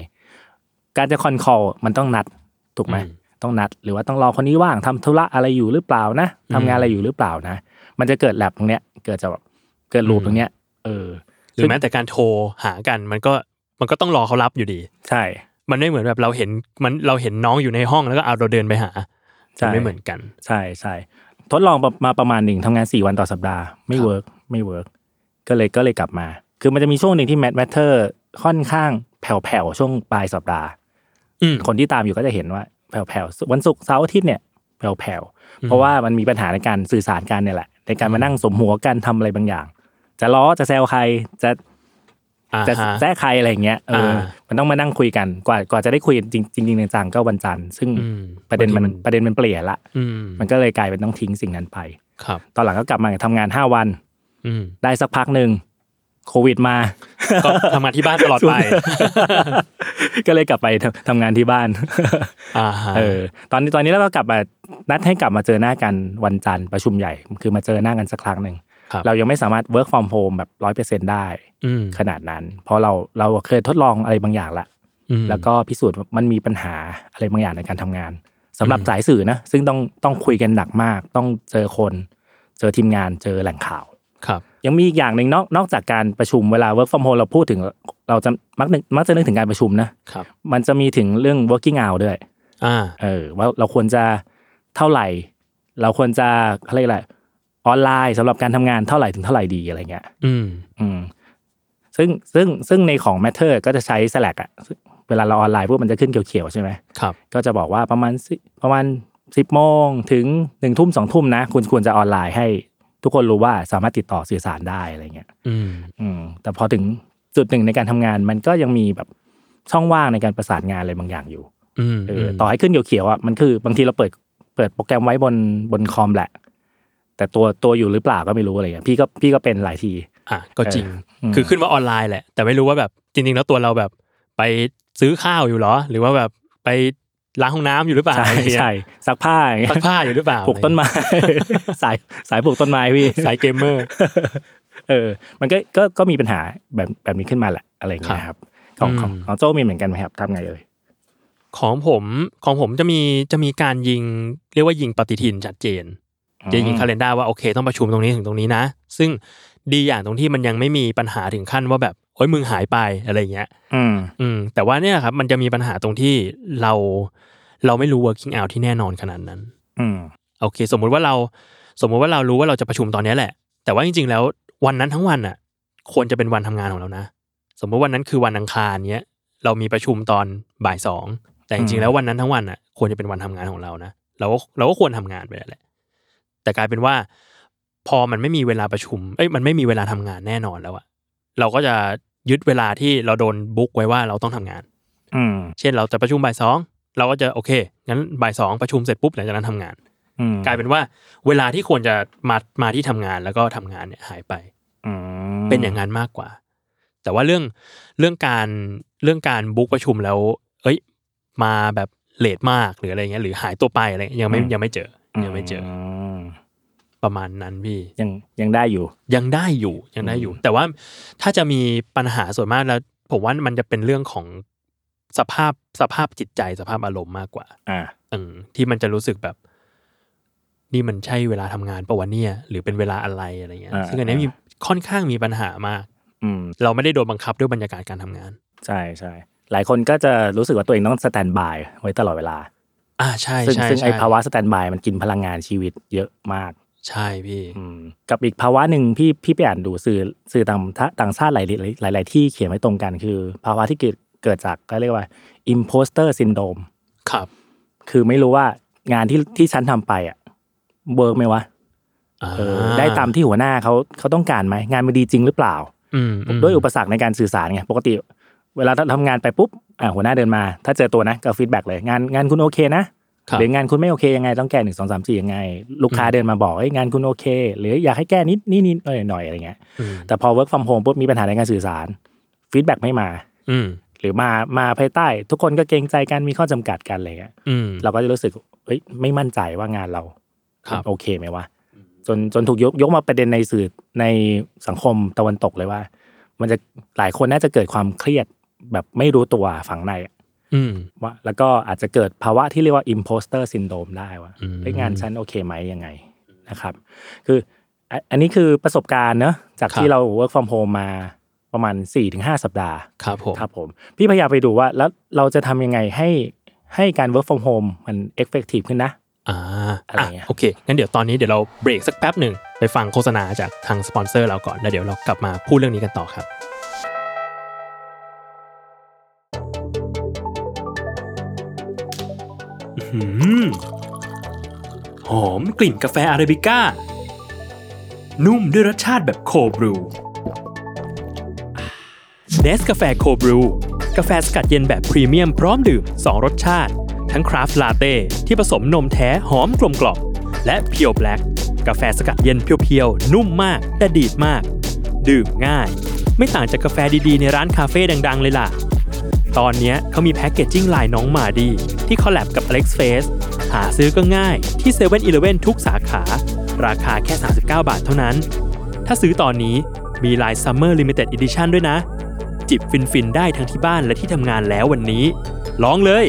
[SPEAKER 4] การจะคอนคอมันต้องนัดถูกไหมต้องนัด หรือว่าต้องรอคนนี้ว่างทำธุระอะไรอยู่หรือเปล่านะทำงานอะไรอยู่หรือเปล่านะ มันจะเกิดแลบตรงเนี้ยเกิดจากแบบเกิดลูปตรงเนี้ย เออ
[SPEAKER 2] หรือแม้แต่การโทรหากันมันก็มันก็ต้องรอเขารับอยู่ดี
[SPEAKER 4] ใช่
[SPEAKER 2] มันไม่เหมือนแบบเราเห็นมันเราเห็นน้องอยู่ในห้องแล้วก็เอาเราเดินไปหา
[SPEAKER 4] ใช่
[SPEAKER 2] มันไม่เหมือนกัน
[SPEAKER 4] ใช่ใช่ทดลองมาประมาณหนึ่งทำงานสี่วันต่อสัปดาห์ไม่เวิร์กไม่เวิร์กก็เลยก็เลยกลับมา คือมันจะมีช่วงหนึ่งที่แมทแมทเ e อร์ค่อนข้างแผ่วๆ ช่วงปลายสัปดาห์
[SPEAKER 2] อืม
[SPEAKER 4] คนที่ตามอยู่ก็จะเห็นว่าแผ่วๆ วันศุกร์เสาร์อาทิตย์เนี่ยแผ่วๆ เพราะว่ามันมีปัญหาในการสื่อสารกันเนี่ยแหละ ในการมานั่งสมหัวกันทำอะไรบางอย่าง จะล้อจะแซวใครจะ
[SPEAKER 2] อ่า
[SPEAKER 4] จะ
[SPEAKER 2] ฮะ
[SPEAKER 4] แท้ใครอะไรอย่างเงี้ยเอออา มันต้องมานั่งคุยกันกว่ากว่าจะได้คุยจริงจริงๆจังๆก็วันจันทร์ซึ่ง
[SPEAKER 2] อืม
[SPEAKER 4] ประเด็นมัน
[SPEAKER 2] บางที
[SPEAKER 4] ประเด็นมันเปลี่ยนละ
[SPEAKER 2] อืม
[SPEAKER 4] มันก็เลยกลายเป็นต้องทิ้งสิ่งนั้นไป
[SPEAKER 2] ครับ
[SPEAKER 4] ตอนหลังก็กลับมาทำงาน 5 วัน
[SPEAKER 2] อืม
[SPEAKER 4] ได้สักพักหนึ่งโควิดมา
[SPEAKER 2] ก็ทำงานที่บ้านตลอด ไป
[SPEAKER 4] ก็เลยกลับไปทำทำงานที่บ้าน
[SPEAKER 2] อ่าฮะ
[SPEAKER 4] เออ ตอนนี้ตอนนี้เราก็กลับมานัดให้กลับมาเจอหน้ากันวันจันทร์ประชุมใหญ่ คือมาเจอหน้ากันสักครั้งหนึ่ง
[SPEAKER 2] ครับ
[SPEAKER 4] เรายังไม่สามารถ work from home แบบร้อยเปอร์เซ็นได้
[SPEAKER 2] อืม
[SPEAKER 4] ขนาดนั้น เพราะเราเราเคยทดลองอะไรบางอย่างละ
[SPEAKER 2] อืม
[SPEAKER 4] แล้วก็พิสูจน์ว่ามันมีปัญหาอะไรบางอย่างในการทำงานสำหรับสายสื่อนะ ซึ่งต้องต้องคุยกันหนักมาก ต้องเจอคน เจอทีมงานเจอแหล่งข่าว
[SPEAKER 2] ครับ
[SPEAKER 4] ยังมีอีกอย่างหนึ่งนอกนอกจากการประชุมเวลา work from home เราพูดถึง เราจะมักนึกมักจะนึกถึงการประชุมนะ
[SPEAKER 2] ครับ
[SPEAKER 4] มันจะมีถึงเรื่อง working hour ด้วย
[SPEAKER 2] อ่า
[SPEAKER 4] เออว่าเราควรจะเท่าไหร่ เราควรจะเขาเรียกอะไรออนไลน์สำหรับการทำงานเท่าไหร่ถึงเท่าไหร่ดีอะไรเงี้ย
[SPEAKER 2] อืม
[SPEAKER 4] อืมซึ่งซึ่งซึ่งในของ Matter ก็จะใช้ Slack อะซึ่งเวลาเราออนไลน์พวกมันจะขึ้นเขียวๆใช่ไหม
[SPEAKER 2] ครับ
[SPEAKER 4] ก็จะบอกว่าประมาณสิประมาณสิบโมงถึงหนึ่งทุ่มสองทุ่มนะ คุณควรจะออนไลน์ให้ ทุกคนรู้ว่าสามารถติดต่อสื่อสารได้อะไรเงี้ย
[SPEAKER 2] อืม
[SPEAKER 4] อืมแต่พอถึงจุดหนึ่งในการทำงานมันก็ยังมีแบบช่องว่างในการประสานงานอะไรบางอย่างอยู่
[SPEAKER 2] อืม
[SPEAKER 4] เอออต่อให้ขึ้นเขียวๆอ่ะมันคือบางทีเราเปิดเปิดโปรแกรมไว้บนบนคอมแหละ แต่ตัวตัวอยู่หรือเปล่าก็ไม่รู้อะไรเงี้ยพี่ก็พี่ก็เป็นหลายที
[SPEAKER 2] อ่ะก็จริง
[SPEAKER 4] อืม
[SPEAKER 2] คือขึ้นว่าออนไลน์แหละ แต่ไม่รู้ว่าแบบจริงๆแล้วตัวเราแบบไปซื้อข้าวอยู่เหรอ หรือว่าแบบไปล้างห้องน้ำอยู่หรือเปล่า
[SPEAKER 4] ใช่
[SPEAKER 2] อะไรเงี้ย
[SPEAKER 4] ใช่ซักผ้าอย่างเงี้ย
[SPEAKER 2] ซักผ้าอยู่หรือเปล่า
[SPEAKER 4] ปลูกต้นไม้ สายสายปลูกต้นไม้พี่
[SPEAKER 2] สายเกมเมอร์
[SPEAKER 4] เออ มันก็ก็ก็มีปัญหาแบบแบบนี้ขึ้นมาแหละอะไรอย่างเงี้ยครับ ของของ
[SPEAKER 2] อืม
[SPEAKER 4] ของโจมีเหมือนกันไหมครับทำไงเอ่ย
[SPEAKER 2] ของผมของผมจะมีจะมีการยิง เรียกว่ายิงปฏิทินชัดเจน จะเห็นคาล endar ว่าโอเคต้องประชุมตรงนี้ถึงตรงนี้นะ ซึ่งดีอย่างตรงที่มันยังไม่มีปัญหาถึงขั้นว่าแบบโอ้ยมึงหายไปอะไรอย่างเงี้ย
[SPEAKER 4] อืม
[SPEAKER 2] อืมแต่ว่าเนี่ยครับมันจะมีปัญหาตรงที่เราเราไม่รู้ working out ที่แน่นอนขนาดนั้น
[SPEAKER 4] อืม
[SPEAKER 2] โอเค สมมุติว่าเราสมมุติว่าเรารู้ว่าเราจะประชุมตอนเนี้ยแหละ แต่ว่าจริง ๆ แล้ววันนั้นทั้งวันอ่ะ ควรจะเป็นวันทำงานของเรานะ สมมุติวันนั้นคือวันอังคารเนี้ยเรามีประชุมตอนบ่ายสองแต่จริงๆแล้ววันนั้นทั้งวันอ่ะ ควรจะเป็นวันทำงานของเรานะเราก็เราก็ควรทำงานไปแล้วแหละ แต่กลายเป็นว่า พอมันไม่มีเวลาประชุมเอ้ยมันไม่มีเวลาทำงานแน่นอนแล้วอะเราก็จะยึดเวลาที่เราโดนบุ๊กไว้ว่าเราต้องทำงาน
[SPEAKER 4] อืม
[SPEAKER 2] เช่นเราจะประชุมบ่ายสองเราก็จะโอเคงั้นบ่ายสองประชุมเสร็จปุ๊บหลังจากนั้นทำงาน
[SPEAKER 4] อืม
[SPEAKER 2] กลายเป็นว่าเวลาที่ควรจะมามาที่ทำงานแล้วก็ทำงานเนี่ยหายไป
[SPEAKER 4] อืม
[SPEAKER 2] เป็นอย่างนั้นมากกว่า แต่ว่าเรื่องเรื่องการเรื่องการบุ๊กประชุมแล้ว เอ้ย มาแบบเลทมากหรืออะไรเงี้ยหรือหายตัวไปอะไรเงี้ยยังไม่ยังไม่เจอยังไม่เจอ
[SPEAKER 4] ม
[SPEAKER 2] ประมาณนั้นพี่
[SPEAKER 4] ยังยังได้อยู่
[SPEAKER 2] ยังได้อยู่ยังได้อยู่ แต่ว่าถ้าจะมีปัญหาส่วนมากแล้ว ผมว่ามันจะเป็นเรื่องของสภาพสภาพจิตใจสภาพอารมณ์มากกว่า
[SPEAKER 4] อ่า
[SPEAKER 2] เออที่มันจะรู้สึกแบบ นี่มันใช่เวลาทำงานปะวะเนี่ย หรือเป็นเวลาอะไรอะไรเงี้ย
[SPEAKER 4] อ่า
[SPEAKER 2] ซึ่งอันนี้มีค่อนข้างมีปัญหามาก
[SPEAKER 4] อืม
[SPEAKER 2] เราไม่ได้โดนบังคับด้วยบรรยากาศการทำงาน
[SPEAKER 4] ใช่ใช่หลายคนก็จะรู้สึกว่าตัวเองต้องสแตนบายไว้ตลอดเวลา
[SPEAKER 2] อ่าใช่
[SPEAKER 4] ซึ่ง
[SPEAKER 2] ใช่
[SPEAKER 4] ซึ่งไอ
[SPEAKER 2] ใช่
[SPEAKER 4] ภาวะสแตนบายมันกินพลังงานชีวิตเยอะมาก
[SPEAKER 2] ใช่พี่
[SPEAKER 4] อืมกับอีกภาวะหนึ่งพี่พี่ไปอ่านดูสื่อสื่อต่างทะต่างชาติหลายหลายหลายที่เขียนไว้ตรงกัน คือ ภาวะที่เกิดเกิดจากก็เรียกว่า imposter syndrome
[SPEAKER 2] ครับ
[SPEAKER 4] คือไม่รู้ว่างานที่ที่ฉันทำไปอ่ะเวิร์กไหมวะ
[SPEAKER 2] า
[SPEAKER 4] เออได้ตามที่หัวหน้าเขาเขาต้องการไหมงานมันดีจริงหรือเปล่า
[SPEAKER 2] อืมม
[SPEAKER 4] ด้วยอุปสรรคในการสื่อสารไงปกติ เวลาทำงานไปปุ๊บอ่ะหัวหน้าเดินมา ถ้าเจอตัวนะก็ฟีดแบ็กเลยงานงานคุณโอเคนะ
[SPEAKER 2] ครับ
[SPEAKER 4] หรืองานคุณไม่โอเคยังไงต้องแก้หนึ่งสองสามสี่ยังไง ลูกค้า
[SPEAKER 2] อืม
[SPEAKER 4] เดินมาบอกเอ้ยงานคุณโอเค หรืออยากให้แก้นิดนิดนิดหน่อยหน่อยอะไรเงี้ย
[SPEAKER 2] อืม
[SPEAKER 4] แต่พอ work from home ปุ๊บมีปัญหาในการสื่อสารฟีดแบ็กไม่มา
[SPEAKER 2] อืม
[SPEAKER 4] หรือมามาภายใต้ ทุกคนก็เกรงใจกันมีข้อจำกัดกันอะไรเงี้ย
[SPEAKER 2] อืม
[SPEAKER 4] เราก็จะรู้สึกเอ้ยไม่มั่นใจว่างานเรา
[SPEAKER 2] ครับ
[SPEAKER 4] โอเคไหมวะจนจนถูกยกยกมาประเด็นในสื่อในสังคมตะวันตกเลยว่า มันจะหลายคนน่าจะเกิดความเครียดแบบไม่รู้ตัวฝังในอะ
[SPEAKER 2] อืม
[SPEAKER 4] ว่าแล้วก็อาจจะเกิดภาวะที่เรียกว่า imposter syndrome ได้ว่า
[SPEAKER 2] อืม
[SPEAKER 4] เฮ้ยงานฉันโอเคไหมยังไงนะครับ คืออ่ะอันนี้คือประสบการณ์เนอะจากที่เรา work from home มาประมาณ 4-5 สัปดาห์
[SPEAKER 2] ครับผม
[SPEAKER 4] ครับผม พี่พยายามไปดูว่าแล้วเราจะทำยังไงให้ให้การ work from home มัน effective ขึ้นนะ
[SPEAKER 2] อ่า
[SPEAKER 4] อะไรเงี้ย
[SPEAKER 2] โอเคงั้นเดี๋ยวตอนนี้เดี๋ยวเราเบรกสักแป๊บหนึ่งไปฟังโฆษณาจากทางสปอนเซอร์เราก่อนแล้วเดี๋ยวเรากลับมาพูดเรื่องนี้กันต่อครับ หืมหอมกลิ่นกาแฟอาราบิก้า นุ่มด้วยรสชาติแบบโคบรูเนสกาแฟโคบรูกาแฟสกัดเย็นแบบพรีเมียมพร้อมดื่ม 2 รสชาติ ทั้งคราฟต์ลาเต้ที่ผสมนมแท้หอมกลมกล่อมและเพียวแบล็กกาแฟสกัดเย็นเพียวๆ นุ่มมากแต่ดีดมาก ดื่มง่าย ไม่ต่างจากกาแฟดีๆ ในร้านคาเฟ่ดังๆ เลยล่ะ ตอนเนี้ยเขามีแพ็กเกจจิ้งลายน้องหมาดี ที่คอลแลบกับ Alex Face หาซื้อก็ง่ายที่7 e เ e ่ e อทุกสาขา ราคาแค่ 39 บาทเท่านั้น ถ้าซื้อตอนนี้มีลาย Summer Limited Edition ด้วยนะ จิบฟิน ๆ ได้ทั้งที่บ้านและที่ทำงานแล้ววันนี้ ลองเลย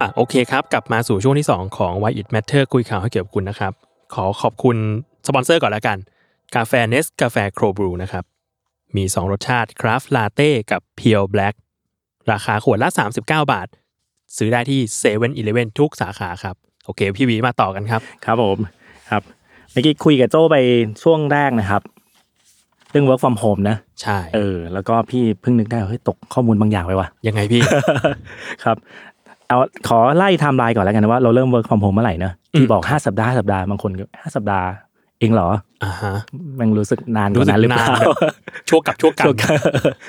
[SPEAKER 2] อ่ะโอเคครับ กลับมาสู่ช่วงที่ 2 ของ Why It Matter คุยข่าวให้เกี่ยวกับคุณนะครับ ขอขอบคุณสปอนเซอร์ก่อนแล้วกัน กาแฟเนสกาแฟโครบรูนะครับ มี 2 รสชาติคราฟลาเต้กับเพียวแบล็กราคาขวดละ 39 บาท ซื้อได้ที่7 e เ e ่ e อทุกสาขาครับ โอเค พี่หวีมาต่อกันครับ
[SPEAKER 4] ครับผมครับเมื่อกี้คุยกับโจ้ไปช่วงแรกนะครับ เรื่อง work from home นะ
[SPEAKER 2] ใช่
[SPEAKER 4] เออแล้วก็พี่เพิ่งนึกได้ว่าเฮ้ยตกข้อมูลบางอย่างไปว่ะ
[SPEAKER 2] ยังไง พี่
[SPEAKER 4] ครับเอาขอไล่ไทม์ไลน์ก่อนแล้วกันนะว่าเราเริ่ม work from home เมื่อไหร่เนอะที่บอก 5 สัปดาห์5สัปดาห์บางคนก็5สัปดาห์ เองเหรอ
[SPEAKER 2] อ่าฮะ
[SPEAKER 4] มันรู้สึกนานก
[SPEAKER 2] รู้
[SPEAKER 4] ว่า
[SPEAKER 2] สึก
[SPEAKER 4] นั้นหรือเปล่า
[SPEAKER 2] นานแบบ ชั่วกับชั่วกัน
[SPEAKER 4] ช่วง กลาง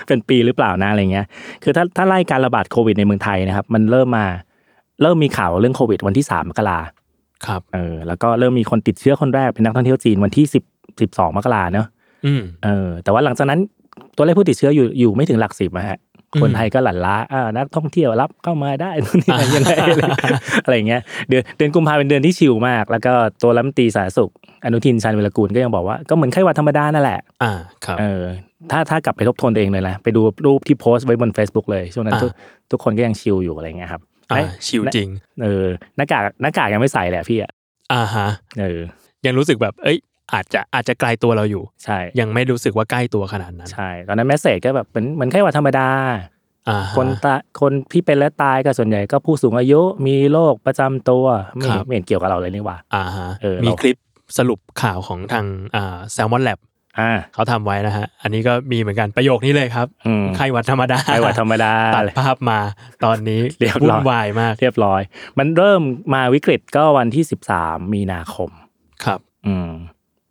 [SPEAKER 4] เป็นปีหรือเปล่านะอะไรเงี้ย คือถ้าถ้าไล่การระบาดโควิดในเมืองไทยนะครับ มันเริ่มมาเริ่มมีข่าวเรื่องโควิดวันที่3มกรา
[SPEAKER 2] ครับ
[SPEAKER 4] เออแล้วก็เริ่มมีคนติดเชื้อคนแรกเป็นนักท่องเที่ยวจีนวันที่10 12มกราเนอะ
[SPEAKER 2] อืม
[SPEAKER 4] เออแต่ว่าหลังจากนั้นตัวเลขผู้ติดเชื้ออยู่อยู่ไม่ถึงหลักสิบนะฮะ คนไทยก็หลั่นล้าอ่านักท่องเที่ยวรับเข้ามาได้ ตรงนี้อะไรยังไง อะไรอะไรอย่างเงี้ยเดือนเดือนกุมภาเป็นเดือนที่ชิลมาก แล้วก็ตัวรัฐมนตรีสาธารณสุข อนุทินชาญวิรกูลก็ยังบอกว่าก็เหมือนไข้หวัดธรรมดานั่นแหละ
[SPEAKER 2] อ่าครับ
[SPEAKER 4] เออถ้าถ้ากลับไปทบทวนตัวเองเลยนะไปดูรูปที่โพสต์ไว้บน Facebook เลย ช่วงนั้น
[SPEAKER 2] อ่า
[SPEAKER 4] ทุกทุกคนก็ยังชิลอยู่อะไรเงี้ยครับ
[SPEAKER 2] อ่า
[SPEAKER 4] เอ้ย
[SPEAKER 2] ชิวจริง
[SPEAKER 4] เออหน้ากากหน้ากากยังไม่ใส่แหละพี่อ่ะ
[SPEAKER 2] อ่าฮะ
[SPEAKER 4] เออ
[SPEAKER 2] ยังรู้สึกแบบ เอ้ย อาจจะอาจจะไกลตัวเราอยู่
[SPEAKER 4] ใช่
[SPEAKER 2] ยังไม่รู้สึกว่าใกล้ตัวขนาดนั้น
[SPEAKER 4] ใช่ ตอนนั้นแมสเซจก็แบบเหมือนเหมือนไข้หวัดธรรมดา
[SPEAKER 2] อ่าฮะ
[SPEAKER 4] คนตาคนที่เป็นและตายก็ส่วนใหญ่ก็ผู้สูงอายุมีโรคประจำตัวไม่
[SPEAKER 2] ครับ
[SPEAKER 4] ไม่เห็นเกี่ยวกับเราเลยนี่หว่า
[SPEAKER 2] อ่าฮะ
[SPEAKER 4] เออ
[SPEAKER 2] มี
[SPEAKER 4] เรา
[SPEAKER 2] คลิปสรุปข่าวของทางอ่าแซลมอนแลบ
[SPEAKER 4] อ่า
[SPEAKER 2] เขาทำไว้นะฮะ อันนี้ก็มีเหมือนกันประโยคนี้เลยครับ
[SPEAKER 4] อืม
[SPEAKER 2] ไข้หวัดธรรมดา
[SPEAKER 4] ไข้หวัดธรรมดา
[SPEAKER 2] ตั ดภาพมาตอนนี้
[SPEAKER 4] เรียบร้อย
[SPEAKER 2] วุ่นวายมาก
[SPEAKER 4] เรียบร้อย มันเริ่มมาวิกฤตก็วันที่ 13 มีนาคม
[SPEAKER 2] ครับ
[SPEAKER 4] อืม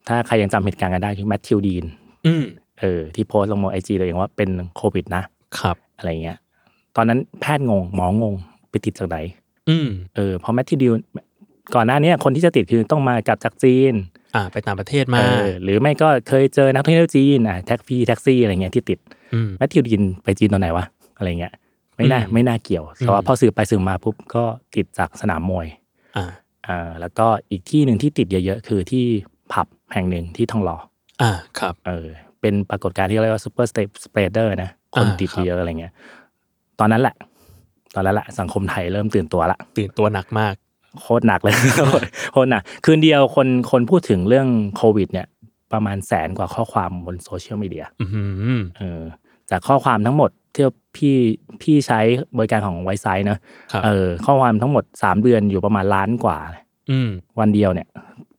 [SPEAKER 4] ถ้าใครยังจำเหตุการณ์กันได้คือแมทธิวดีน
[SPEAKER 2] อืม
[SPEAKER 4] เออที่โพสต์ลงบนไอจีตัวเองว่าเป็นโควิดนะ
[SPEAKER 2] ครับ
[SPEAKER 4] อะไรเงี้ย ตอนนั้นแพทย์งง หมองง ไปติดจากไหน
[SPEAKER 2] อืม
[SPEAKER 4] เออเพราะแมทธิวดิวก่อนหน้าเนี้ยคนที่จะติดคือต้องมากลับจากจีน
[SPEAKER 2] อ่าไปต่างประเทศ
[SPEAKER 4] เอ
[SPEAKER 2] มา
[SPEAKER 4] อหรือไม่ก็เคยเจอนักท่องเที่ยวจีนอ่ะแท็กฟี่แท็กซี่อะไรเงี้ยที่ติด
[SPEAKER 2] อืม
[SPEAKER 4] แมทธิวดินไปจีนตอนไหนวะอะไรเงี้ย ไม่น่า
[SPEAKER 2] อืม
[SPEAKER 4] ไม่น่าเกี่ยวแต่ว่า
[SPEAKER 2] อืม
[SPEAKER 4] พอสืบไปสืบมาปุ๊บก็ติดจากสนามมวย
[SPEAKER 2] อ่า
[SPEAKER 4] อ่าแล้วก็อีกที่หนึ่งที่ติดเยอะๆคือที่ผับแห่งหนึ่งที่ทองหล่อ
[SPEAKER 2] อ่าครับ
[SPEAKER 4] เออเป็นปรากฏการณ์ที่เรียกว่าซูเปอร์สเปรเดอร์นะ คน
[SPEAKER 2] อ่า
[SPEAKER 4] ติด
[SPEAKER 2] ครับ
[SPEAKER 4] เยอะอะไรเงี้ย ตอนนั้นแหละ ตอนนั้นแหละสังคมไทยเริ่มตื่นตัวละ
[SPEAKER 2] ตื่นตัวหนักมาก
[SPEAKER 4] โคตรหนักเลย โคตรหนัก คืนเดียวคนคนพูดถึงเรื่องโควิด เนี่ย ประมาณแสนกว่าข้อความบนโซเชียลมีเดีย
[SPEAKER 2] อืม
[SPEAKER 4] เออจากข้อความทั้งหมดที่พี่พี่ใช้บริการของไวไซน์เนอะ
[SPEAKER 2] ครับ
[SPEAKER 4] เออข้อความทั้งหมด 3 เดือนอยู่ประมาณล้านกว่า
[SPEAKER 2] อืม
[SPEAKER 4] วันเดียวเนี่ย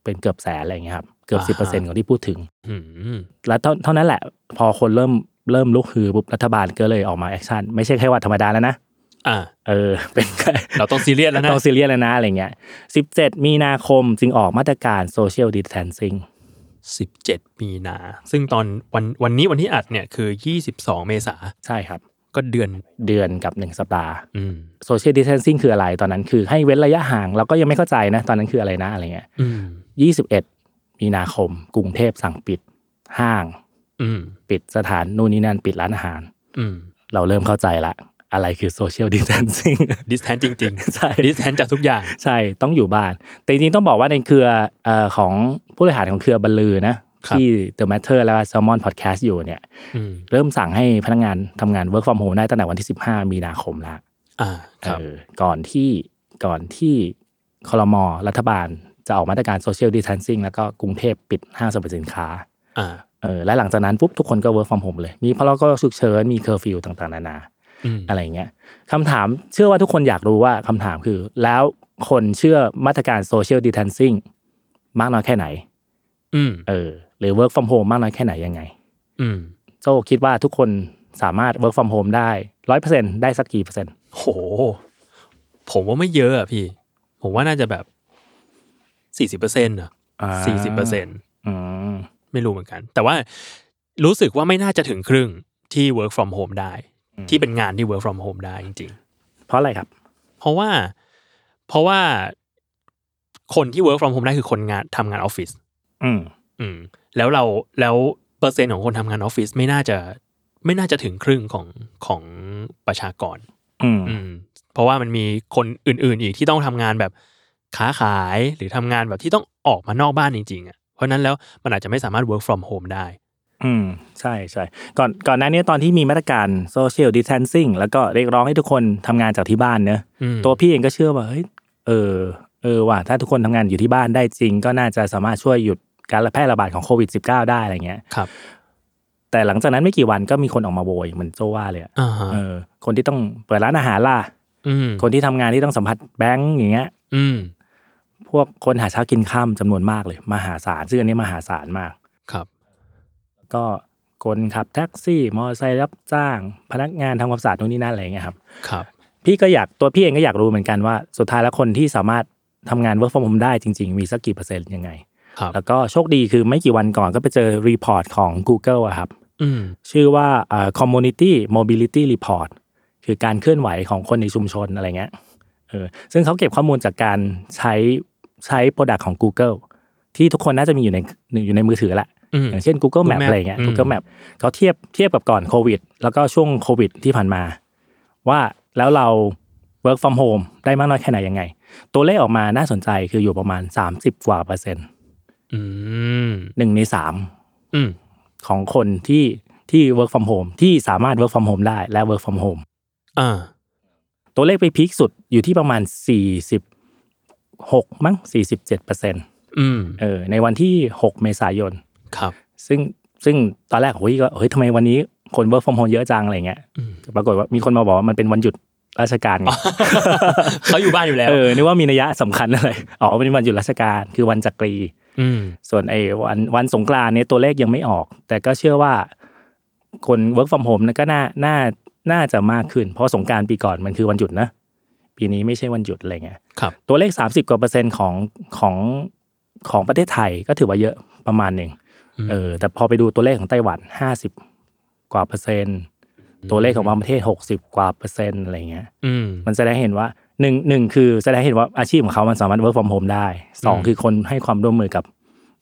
[SPEAKER 4] เป็นเกือบแสนอะไรเงี้ยครับเกือบ
[SPEAKER 2] อ่าฮะ
[SPEAKER 4] สิบเปอร์เซ็นต์ของที่พูดถึง
[SPEAKER 2] อืม
[SPEAKER 4] แล้วเท่าเท่านั้นแหละ พอคนเริ่มเริ่มลุกฮือปุ๊บรัฐบาลก็เลยออกมาแอคชั่น ไม่ใช่แค่ว่าธรรมดาแล้วนะ
[SPEAKER 2] อ่า
[SPEAKER 4] เออ เป็นแค่
[SPEAKER 2] เราต้องซีเรียสแล้วนะ
[SPEAKER 4] ต้องซีเรียสแล้วนะ อะไรเงี้ย 17 มีนาคมจึงออกมาตรการโซเชียลดิสแทนซิ่ง
[SPEAKER 2] สิบเจ็ดมีนา ซึ่งตอนวันวันนี้วันที่อัดเนี่ยคือยี่สิบสองเมษา
[SPEAKER 4] ใช่ครับ
[SPEAKER 2] ก็เดือน
[SPEAKER 4] เดือนกับ 1 สัปดาห์
[SPEAKER 2] อืม
[SPEAKER 4] โซเชียลดิสแทนซิ่งคืออะไรตอนนั้นคือให้เว้นระยะห่างเราก็ยังไม่เข้าใจนะ ตอนนั้นคืออะไรนะ อะไรเงี้ย
[SPEAKER 2] อืม
[SPEAKER 4] 21 มีนาคม กรุงเทพสั่งปิด ห้าง
[SPEAKER 2] อืม
[SPEAKER 4] ปิดสถานนู่นนี่นั่นปิดร้านอาหาร
[SPEAKER 2] อืม
[SPEAKER 4] เราเริ่มเข้าใจละ อะไรคือโซเชียลดิสแทนซิ่ง
[SPEAKER 2] ดิสแทนจริง
[SPEAKER 4] ใช่
[SPEAKER 2] ๆ ดิสแทนจากทุกอย่าง
[SPEAKER 4] ใช่ต้องอยู่บ้าน แต่จริงๆ ต้องบอกว่าในเครือเออของผู้บริหารของเครือบรรลือนะครับ ที่ The Matter และ Salmon Podcast อยู่เนี่ย
[SPEAKER 2] อืม
[SPEAKER 4] เริ่มสั่งให้พนักงานทำงาน Work from Home ได้ตั้งแต่วันที่ 15 มีนาคมละ
[SPEAKER 2] อ่า ครับ
[SPEAKER 4] เออก่อนที่ก่อนที่คลมรัฐบาลจะออกมาตรการ Social Distancing แล้วก็กรุงเทพปิดห้างสรรพสินค้า
[SPEAKER 2] อ่า
[SPEAKER 4] เออและหลังจากนั้นปุ๊บทุกคนก็ Work from Home เลย มีพลกรฉุกเฉินมีเคอร์ฟิวต่างๆ นานา
[SPEAKER 2] อืม
[SPEAKER 4] อะไรเงี้ยคำถามเชื่อว่าทุกคนอยากรู้ว่าคำถามคือ แล้วคนเชื่อมาตรการโซเชียลดิทันซิ่งมากน้อยแค่ไหน
[SPEAKER 2] อืม
[SPEAKER 4] เออ หรือ work from home มากน้อยแค่ไหนยังไง
[SPEAKER 2] อืม
[SPEAKER 4] โจคิดว่าทุกคนสามารถ work from home ได้ร้อยเปอร์เซ็นได้สักกี่เปอร์เซ็นต์
[SPEAKER 2] โห ผมว่าไม่เยอะอะพี่ ผมว่าน่าจะแบบสี่สิบเปอร์เซ็นต์อะสี่สิบเปอร์เซ็นต์
[SPEAKER 4] อืม
[SPEAKER 2] ไม่รู้เหมือนกัน แต่ว่ารู้สึกว่าไม่น่าจะถึงครึ่งที่ work from home ได้ ที่เป็นงานที่ work from home ได้จริง
[SPEAKER 4] เพราะอะไรครับ
[SPEAKER 2] ๆ เพราะว่าเพราะว่าคนที่ work from home ได้คือคนงานทำงานออฟฟิศ
[SPEAKER 4] อืม
[SPEAKER 2] อืม แล้วเราแล้วเปอร์เซ็นต์ของคนทำงานออฟฟิศไม่น่าจะไม่น่าจะถึงครึ่งของของประชากร
[SPEAKER 4] อืม
[SPEAKER 2] อืม เพราะว่ามันมีคนอื่น ๆ อีกที่ต้องทำงานแบบค้าขายหรือทำงานแบบที่ต้องออกมานอกบ้านจริง ๆอ่ะเพราะฉะนั้นแล้วมันอาจจะไม่สามารถ work from home ได้
[SPEAKER 4] อืมใช่ใช่ก่อนก่อนหน้านี้ตอนที่มีมาตรการโซเชียลดิทันซิ่งแล้วก็เรียกร้องให้ทุกคนทำงานจากที่บ้านเนอะ
[SPEAKER 2] อืม
[SPEAKER 4] ตัวพี่เองก็เชื่อว่าเฮ้ยเออ เออว่ะถ้าทุกคนทำงานอยู่ที่บ้านได้จริง ก็น่าจะสามารถช่วยหยุดการแพร่ระบาดของโควิด -19 ได้อะไรเงี้ย
[SPEAKER 2] ครับ
[SPEAKER 4] แต่หลังจากนั้นไม่กี่วันก็มีคนออกมาโวยเหมือนโจว่าเลยอะ
[SPEAKER 2] อ่าฮะ
[SPEAKER 4] เออ คนที่ต้องเปิดร้านอาหารล่ะ
[SPEAKER 2] อืม
[SPEAKER 4] คนที่ทำงานที่ต้องสัมผัสแบงก์อย่างเงี้ย
[SPEAKER 2] อืม
[SPEAKER 4] พวกคนหาเช้ากินข้ามจำนวนมากเลยมหาศาลซึ่งอันนี้มหาศาลมาก
[SPEAKER 2] ครับ
[SPEAKER 4] ก็คนขับแท็กซี่ มอเตอร์ไซค์รับจ้าง พนักงานทำความสะอาดนู่นนี่นั่นอะไรเงี้ยครับ
[SPEAKER 2] ครับ
[SPEAKER 4] พี่ก็อยากตัวพี่เองก็อยากรู้เหมือนกันว่า สุดท้ายแล้วคนที่สามารถทำงาน work from home ได้จริง ๆ มีสักกี่เปอร์เซ็นต์ยังไง
[SPEAKER 2] ครับ
[SPEAKER 4] แล้วก็โชคดีคือไม่กี่วันก่อนก็ไปเจอรีพอร์ตของ Google อะครับ
[SPEAKER 2] อืม
[SPEAKER 4] ชื่อว่าเอ่อ community mobility report คือการเคลื่อนไหวของคนในชุมชนอะไรเงี้ยเออซึ่งเขาเก็บข้อมูลจากการใช้ใช้โปรดักของ Google ที่ทุกคนน่าจะมีอยู่ในอยู่ในมือถือแหละ
[SPEAKER 2] อืม
[SPEAKER 4] อย่างเช่น Google Map
[SPEAKER 2] Google Map
[SPEAKER 4] อะไรเงี้ย
[SPEAKER 2] อืม
[SPEAKER 4] Google Map เขาเทียบเทียบกับก่อนโควิด แล้วก็ช่วงโควิดที่ผ่านมา ว่าแล้วเรา work from home ได้มากน้อยแค่ไหนยังไง ตัวเลขออกมาน่าสนใจคืออยู่ประมาณ 30กว่าเปอร์เซ็นต์
[SPEAKER 2] อืม
[SPEAKER 4] หนึ่งในสาม
[SPEAKER 2] อืม
[SPEAKER 4] ของคนที่ที่ work from home ที่สามารถ work from home ได้และ work from home
[SPEAKER 2] อ่า
[SPEAKER 4] ตัวเลขไปพีคสุดอยู่ที่ประมาณ 46 มั้ง 47เปอร์เซ็นต์
[SPEAKER 2] อืม
[SPEAKER 4] เออในวันที่ 6 เมษายน
[SPEAKER 2] ครับ
[SPEAKER 4] ซึ่งซึ่งตอนแรกโอ้ยก็เฮ้ยทำไมวันนี้คน work from home เยอะจังอะไรเงี้ย
[SPEAKER 2] อืม
[SPEAKER 4] ปรากฏว่ามีคนมาบอกว่ามันเป็นวันหยุดราชการไง
[SPEAKER 2] เขาอยู่บ้านอยู่แล้ว
[SPEAKER 4] เออนึกว่ามีนัยยะสำคัญอะไรอ๋อเป็นวันหยุดราชการคือวันจักรี
[SPEAKER 2] อืม
[SPEAKER 4] ส่วนไอ้วันวันสงกรานต์เนี่ยตัวเลขยังไม่ออก แต่ก็เชื่อว่าคน work from home นั้นก็น่าน่าน่าจะมากขึ้น เพราะสงกรารปีก่อนมันคือวันหยุดนะ ปีนี้ไม่ใช่วันหยุดอะไรเงี้ย
[SPEAKER 2] ครับ
[SPEAKER 4] ตัวเลข 30 กว่าเปอร์เซ็นต์ของของของประเทศไทยก็ถือว่าเยอะประมาณหนึ่ง
[SPEAKER 2] อืม
[SPEAKER 4] เออ แต่พอไปดูตัวเลขของไต้หวัน 50 กว่าเปอร์เซ็นต์ ตัวเลขของบางประเทศ 60 กว่าเปอร์เซ็นต์อะไรเงี้ย
[SPEAKER 2] อืม
[SPEAKER 4] มันแสดงให้เห็นว่าหนึ่งหนึ่งคือแสดงให้เห็นว่าอาชีพของเขามันสามารถ work from home ได้สอง
[SPEAKER 2] อืม
[SPEAKER 4] คือคนให้ความร่วมมือกับ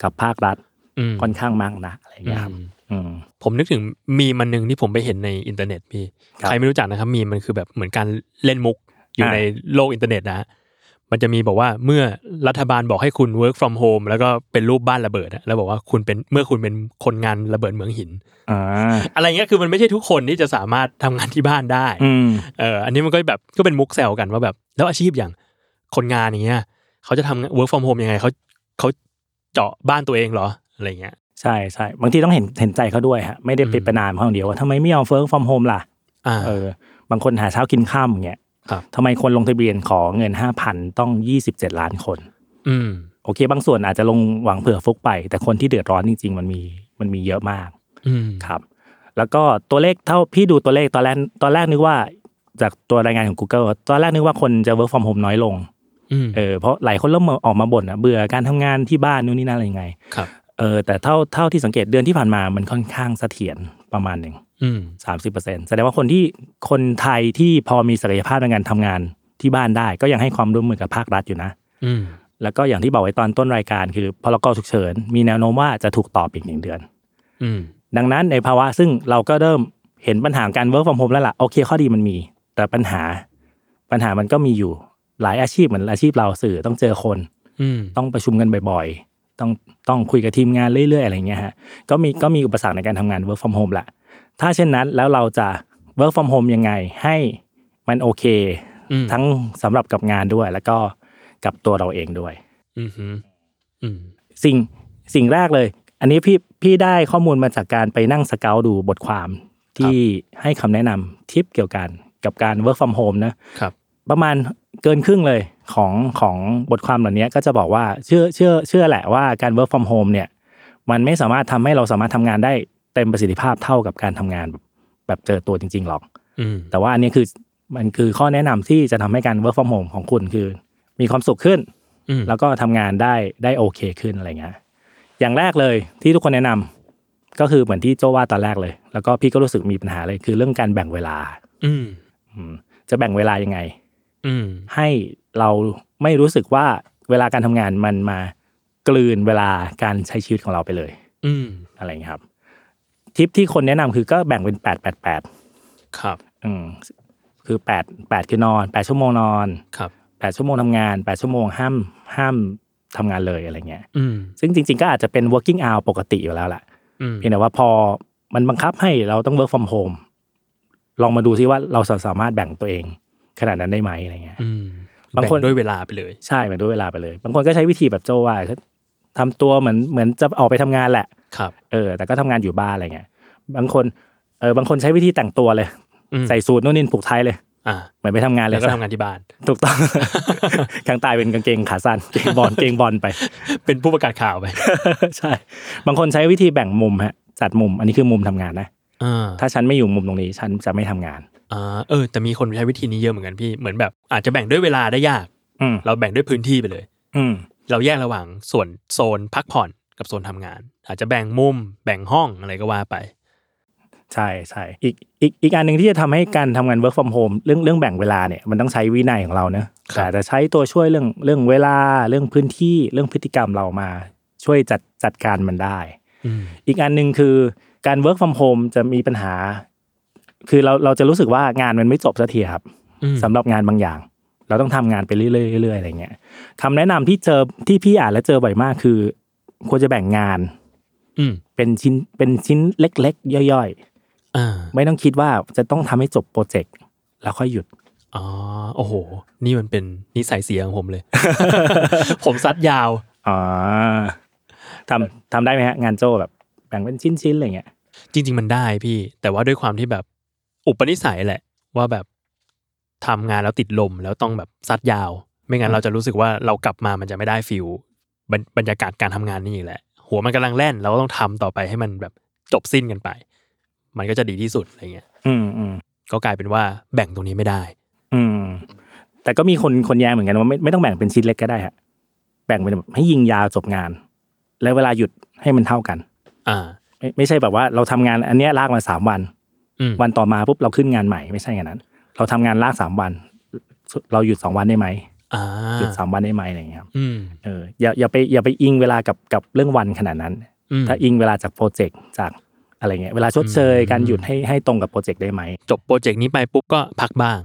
[SPEAKER 4] กับภาครัฐ
[SPEAKER 2] อืม
[SPEAKER 4] ค่อนข้างมากนะอะไรเงี้ยครับ
[SPEAKER 2] อืม
[SPEAKER 4] อืม
[SPEAKER 2] ผมนึกถึงมีมันหนึ่งที่ผมไปเห็นในอินเทอร์เน็ตพี่
[SPEAKER 4] ครับ
[SPEAKER 2] ใครไม่รู้จักนะครับ มีมันคือแบบเหมือนการเล่นมุกอยู่
[SPEAKER 4] อ่า
[SPEAKER 2] ในโลกอินเทอร์เน็ตนะฮะมันจะมีบอกว่าเมื่อรัฐบาลบอกให้คุณ work from home แล้วก็เป็นรูปบ้านระเบิดอะแล้วบอกว่าคุณเป็นเมื่อคุณเป็นคนงานระเบิดเหมืองหิน
[SPEAKER 4] อ่า
[SPEAKER 2] อะไรเงี้ยคือมันไม่ใช่ทุกคนที่จะสามารถทำงานที่บ้านได้
[SPEAKER 4] อืม
[SPEAKER 2] เอออันนี้มันก็แบบก็เป็นมุกแซวกันว่าแบบ แล้วอาชีพอย่างคนงานอย่างเงี้ยเขาจะทำ work from home ยังไงเขาเขาเจาะบ้านตัวเองเหรออะไรเงี้ย
[SPEAKER 4] ใช่ใช่บางทีต้องเห็นเห็นใจเขาด้วยฮะไม่ได้ไป
[SPEAKER 2] อืม
[SPEAKER 4] ประนามเขาอย่างเดียวว่าทำไมไม่เอา work from home ล่ะ
[SPEAKER 2] อ่า
[SPEAKER 4] เออบางคนหาเช้ากินข้ามอย่างเงี้ย
[SPEAKER 2] ครับ
[SPEAKER 4] ทำไมคนลงทะเบียนขอเงิน 5,000 ต้อง 27 ล้านคน
[SPEAKER 2] อืม
[SPEAKER 4] โอเค บางส่วนอาจจะลงหวังเผื่อฟุกไป แต่คนที่เดือดร้อนจริง ๆ มันมีมันมีเยอะมาก
[SPEAKER 2] อืม
[SPEAKER 4] ครับ แล้วก็ตัวเลขเท่าพี่ดูตัวเลขตอนแรกตอนแรกนึกว่าจากตัวรายงานของ Google ตอนแรกนึกว่าคนจะ work from home น้อยลง
[SPEAKER 2] อืม
[SPEAKER 4] เออเพราะหลายคนเริ่มออกมาบ่นอะเบื่อการทำงานที่บ้านนู่นนี่นั่นอะไรยังไง
[SPEAKER 2] ครับ
[SPEAKER 4] เออแต่เท่าเท่าที่สังเกตเดือนที่ผ่านมามันค่อนข้างเสถียรประมาณหนึ่ง
[SPEAKER 2] อืม
[SPEAKER 4] สามสิบเปอร์เซ็นต์แสดงว่าคนที่คนไทยที่พอมีศักยภาพในการทำงานที่บ้านได้ ก็ยังให้ความร่วมมือกับภาครัฐอยู่นะ
[SPEAKER 2] อืม
[SPEAKER 4] แล้วก็อย่างที่บอกไว้ตอนต้นรายการคือพรกฉุกเฉิน มีแนวโน้มว่าจะถูกต่อไปอีกหนึ่งเดือน
[SPEAKER 2] อืม
[SPEAKER 4] ดังนั้นในภาวะซึ่งเราก็เริ่มเห็นปัญหาการ work from home แล้วล่ะ โอเคข้อดีมันมี แต่ปัญหาปัญหามันก็มีอยู่หลายอาชีพเหมือนอาชีพเราสื่อต้องเจอคน
[SPEAKER 2] อืม
[SPEAKER 4] ต้องประชุมกันบ่อยๆ ต้องต้องคุยกับทีมงานเรื่อยๆ อะไรเงี้ยฮะ ก็มีก็มีอุปสรรคในการทำงาน work from home แหละ ถ้าเช่นนั้นแล้วเราจะ work from home ยังไงให้มันโอเค
[SPEAKER 2] อืม
[SPEAKER 4] ทั้งสำหรับกับงานด้วย แล้วก็กับตัวเราเองด้วย
[SPEAKER 2] อืมฮึอืม
[SPEAKER 4] สิ่งสิ่งแรกเลย อันนี้พี่พี่ได้ข้อมูลมาจากการไปนั่งสเกาดูบทความที่ให้คำแนะนำทิปเกี่ยวกันกับการ work from home นะ
[SPEAKER 2] ครับ
[SPEAKER 4] ประมาณเกินครึ่งเลยของของบทความเหล่านี้ก็จะบอกว่าเชื่อเชื่อเชื่อแหละว่าการ work from home เนี่ย มันไม่สามารถทำให้เราสามารถทำงานได้เต็มประสิทธิภาพเท่ากับการทำงานแบบแบบเจอตัวจริง ๆ หรอก
[SPEAKER 2] อืม
[SPEAKER 4] แต่ว่าอันนี้คือมันคือข้อแนะนำที่จะทำให้การ work from home ของคุณคือ มีความสุขขึ้น
[SPEAKER 2] อืม
[SPEAKER 4] แล้วก็ทำงานได้ได้โอเคขึ้นอะไรเงี้ยอย่างแรกเลยที่ทุกคนแนะนำก็คือเหมือนที่โจว่าตอนแรกเลย แล้วก็พี่ก็รู้สึกมีปัญหาเลยคือเรื่องการแบ่งเวลา
[SPEAKER 2] อืม
[SPEAKER 4] อืมจะแบ่งเวลายังไง
[SPEAKER 2] อืม
[SPEAKER 4] ให้เราไม่รู้สึกว่าเวลาการทำงานมันมากลืนเวลาการใช้ชีวิตของเราไปเลย
[SPEAKER 2] อืม
[SPEAKER 4] อะไรอย่างเงี้ยครับทิปที่คนแนะนำคือก็แบ่งเป็นแปดแปดแปด
[SPEAKER 2] ครับ
[SPEAKER 4] อืมคือแปดแปดคือนอนแปดชั่วโมงนอน
[SPEAKER 2] ครับ
[SPEAKER 4] แปดชั่วโมงทำงานแปดชั่วโมงห้ามห้ามทำงานเลยอะไรเงี้ย
[SPEAKER 2] อืม
[SPEAKER 4] ซึ่งจริง ๆ ก็อาจจะเป็น working hour ปกติอยู่แล้วแหละ
[SPEAKER 2] อืม
[SPEAKER 4] เพียงแต่ว่าพอมันบังคับให้เราต้อง work from home ลองมาดูซิว่าเราสามารถแบ่งตัวเองขนาดนั้นได้ไหมอะไรเงี้ย
[SPEAKER 2] อืม
[SPEAKER 4] บางคน
[SPEAKER 2] แด้วยเวลาไปเลย
[SPEAKER 4] ใช่เหมือนด้วยเวลาไปเลย บางคนก็ใช้วิธีแบบโจว่าทำตัวเหมือนเหมือนจะออกไปทำงานแหละ
[SPEAKER 2] ครับ
[SPEAKER 4] เออแต่ก็ทำงานอยู่บ้านอะไรเงี้ยบางคนเออบางคนใช้วิธีแต่งตัวเลย
[SPEAKER 2] อืม
[SPEAKER 4] ใส่สูทนู่นนี่ผูกไทยเลย
[SPEAKER 2] อ่า
[SPEAKER 4] เหมือนไปทำงานเล
[SPEAKER 2] แล้
[SPEAKER 4] ยว
[SPEAKER 2] ก็
[SPEAKER 4] ซะ
[SPEAKER 2] ทำงานที่บ้าน
[SPEAKER 4] ถูกต้อง ข้างใตายเป็นกางเกงขาสั้นเกงบอลเกงบอลไป
[SPEAKER 2] เป็นผู้ประกาศข่าวไป
[SPEAKER 4] ใช่ บางคนใช้วิธีแบ่งมุมฮะจัดมุมอันนี้คือมุมทำงานนะ
[SPEAKER 2] อ่า
[SPEAKER 4] ถ้าฉันไม่อยู่มุมตรงนี้ฉันจะไม่ทำงาน
[SPEAKER 2] อ่า เออ แต่มีคนใช้วิธีนี้เยอะเหมือนกันพี่ เหมือนแบบ อาจจะแบ่งด้วยเวลาได้ยาก
[SPEAKER 4] อืม
[SPEAKER 2] เราแบ่งด้วยพื้นที่ไปเลย
[SPEAKER 4] อืม
[SPEAKER 2] เราแยกระหว่างส่วนโซนพักผ่อนกับโซนทำงาน อาจจะแบ่งมุม แบ่งห้องอะไรก็ว่าไป
[SPEAKER 4] ใช่ใช่อีกอีกอีกอันหนึ่งที่จะทำให้การทำงาน work from home เรื่องเรื่องแบ่งเวลาเนี่ยมันต้องใช้วินัยของเราเนอะ
[SPEAKER 2] ครับ
[SPEAKER 4] แต่อาจจะใช้ตัวช่วยเรื่องเรื่องเวลาเรื่องพื้นที่เรื่องพฤติกรรมเรามา ช่วยจัดจัดการมันได้
[SPEAKER 2] อืม
[SPEAKER 4] อีกอันหนึ่งคือการ work from home จะมีปัญหา คือเราเราจะรู้สึกว่างานมันไม่จบสักทีครับ
[SPEAKER 2] อืม
[SPEAKER 4] สำหรับงานบางอย่าง เราต้องทำงานไปเรื่อยๆเรื่อยๆอะไรเงี้ยคำแนะนำที่เจอที่พี่อ่านและเจอบ่อยมากคือ ควรจะแบ่งงาน
[SPEAKER 2] อืม
[SPEAKER 4] เป็นชิ้นเป็นชิ้นเล็ก ๆ ย่อย
[SPEAKER 2] อ่า
[SPEAKER 4] ๆ ไม่ต้องคิดว่าจะต้องทำให้จบโปรเจกต์แล้วค่อยหยุด
[SPEAKER 2] อ๋อโอ้โห นี่มันเป็นนิสัยเสียของผมเลย ผมซัดยาว
[SPEAKER 4] อ๋อทำทำได้ไหมฮะ งานโจ้แบบแบ่งเป็นชิ้นๆอะไรเงี้ย
[SPEAKER 2] จริง ๆ มันได้พี่ แต่ว่าด้วยความที่แบบอุปนิสัยแหละ ว่าแบบทำงานแล้วติดลมแล้วต้องแบบซัดยาว ไม่งั้นเราจะรู้สึกว่าเรากลับมามันจะไม่ได้ฟิลบรรบรรยากาศการทำงานนี่อีกแหละ หัวมันกำลังแล่น เราก็ต้องทำต่อไปให้มันแบบจบสิ้นกันไป มันก็จะดีที่สุดอะไรเงี้ย
[SPEAKER 4] อืมอืม
[SPEAKER 2] ก็กลายเป็นว่าแบ่งตรงนี้ไม่ได้
[SPEAKER 4] อืม แต่ก็มีคนคนแย้งเหมือนกันว่าไม่ไม่ต้องแบ่งเป็นชิ้นเล็กก็ได้ฮะแบ่งเป็นแบบให้ยิงยาวจบงาน แล้วเวลาหยุดให้มันเท่ากัน
[SPEAKER 2] อ่า
[SPEAKER 4] ไม่ไม่ใช่แบบว่าเราทำงานอันเนี้ยลากมาสามวัน
[SPEAKER 2] อืม
[SPEAKER 4] วันต่อมาปุ๊บเราขึ้นงานใหม่ไม่ใช่อย่างนั้น เราทำงานลากสามวัน เราหยุดสองวันได้ไหม
[SPEAKER 2] อ่า
[SPEAKER 4] หยุดสามวันได้ไหมอะไรอย่างเงี้ยครับ
[SPEAKER 2] อืม
[SPEAKER 4] เอออย่าอย่าไปอย่าไปอิงเวลากับกับเรื่องวันขนาดนั้น
[SPEAKER 2] อืม
[SPEAKER 4] ถ้าอิงเวลาจากโปรเจกต์จากอะไรเงี้ยเวลาชดเชยการหยุดให้ให้ตรงกับโปรเจกต์ได้ไหม
[SPEAKER 2] จบโปรเจกต์นี้ไปปุ๊บก็พักบ้าง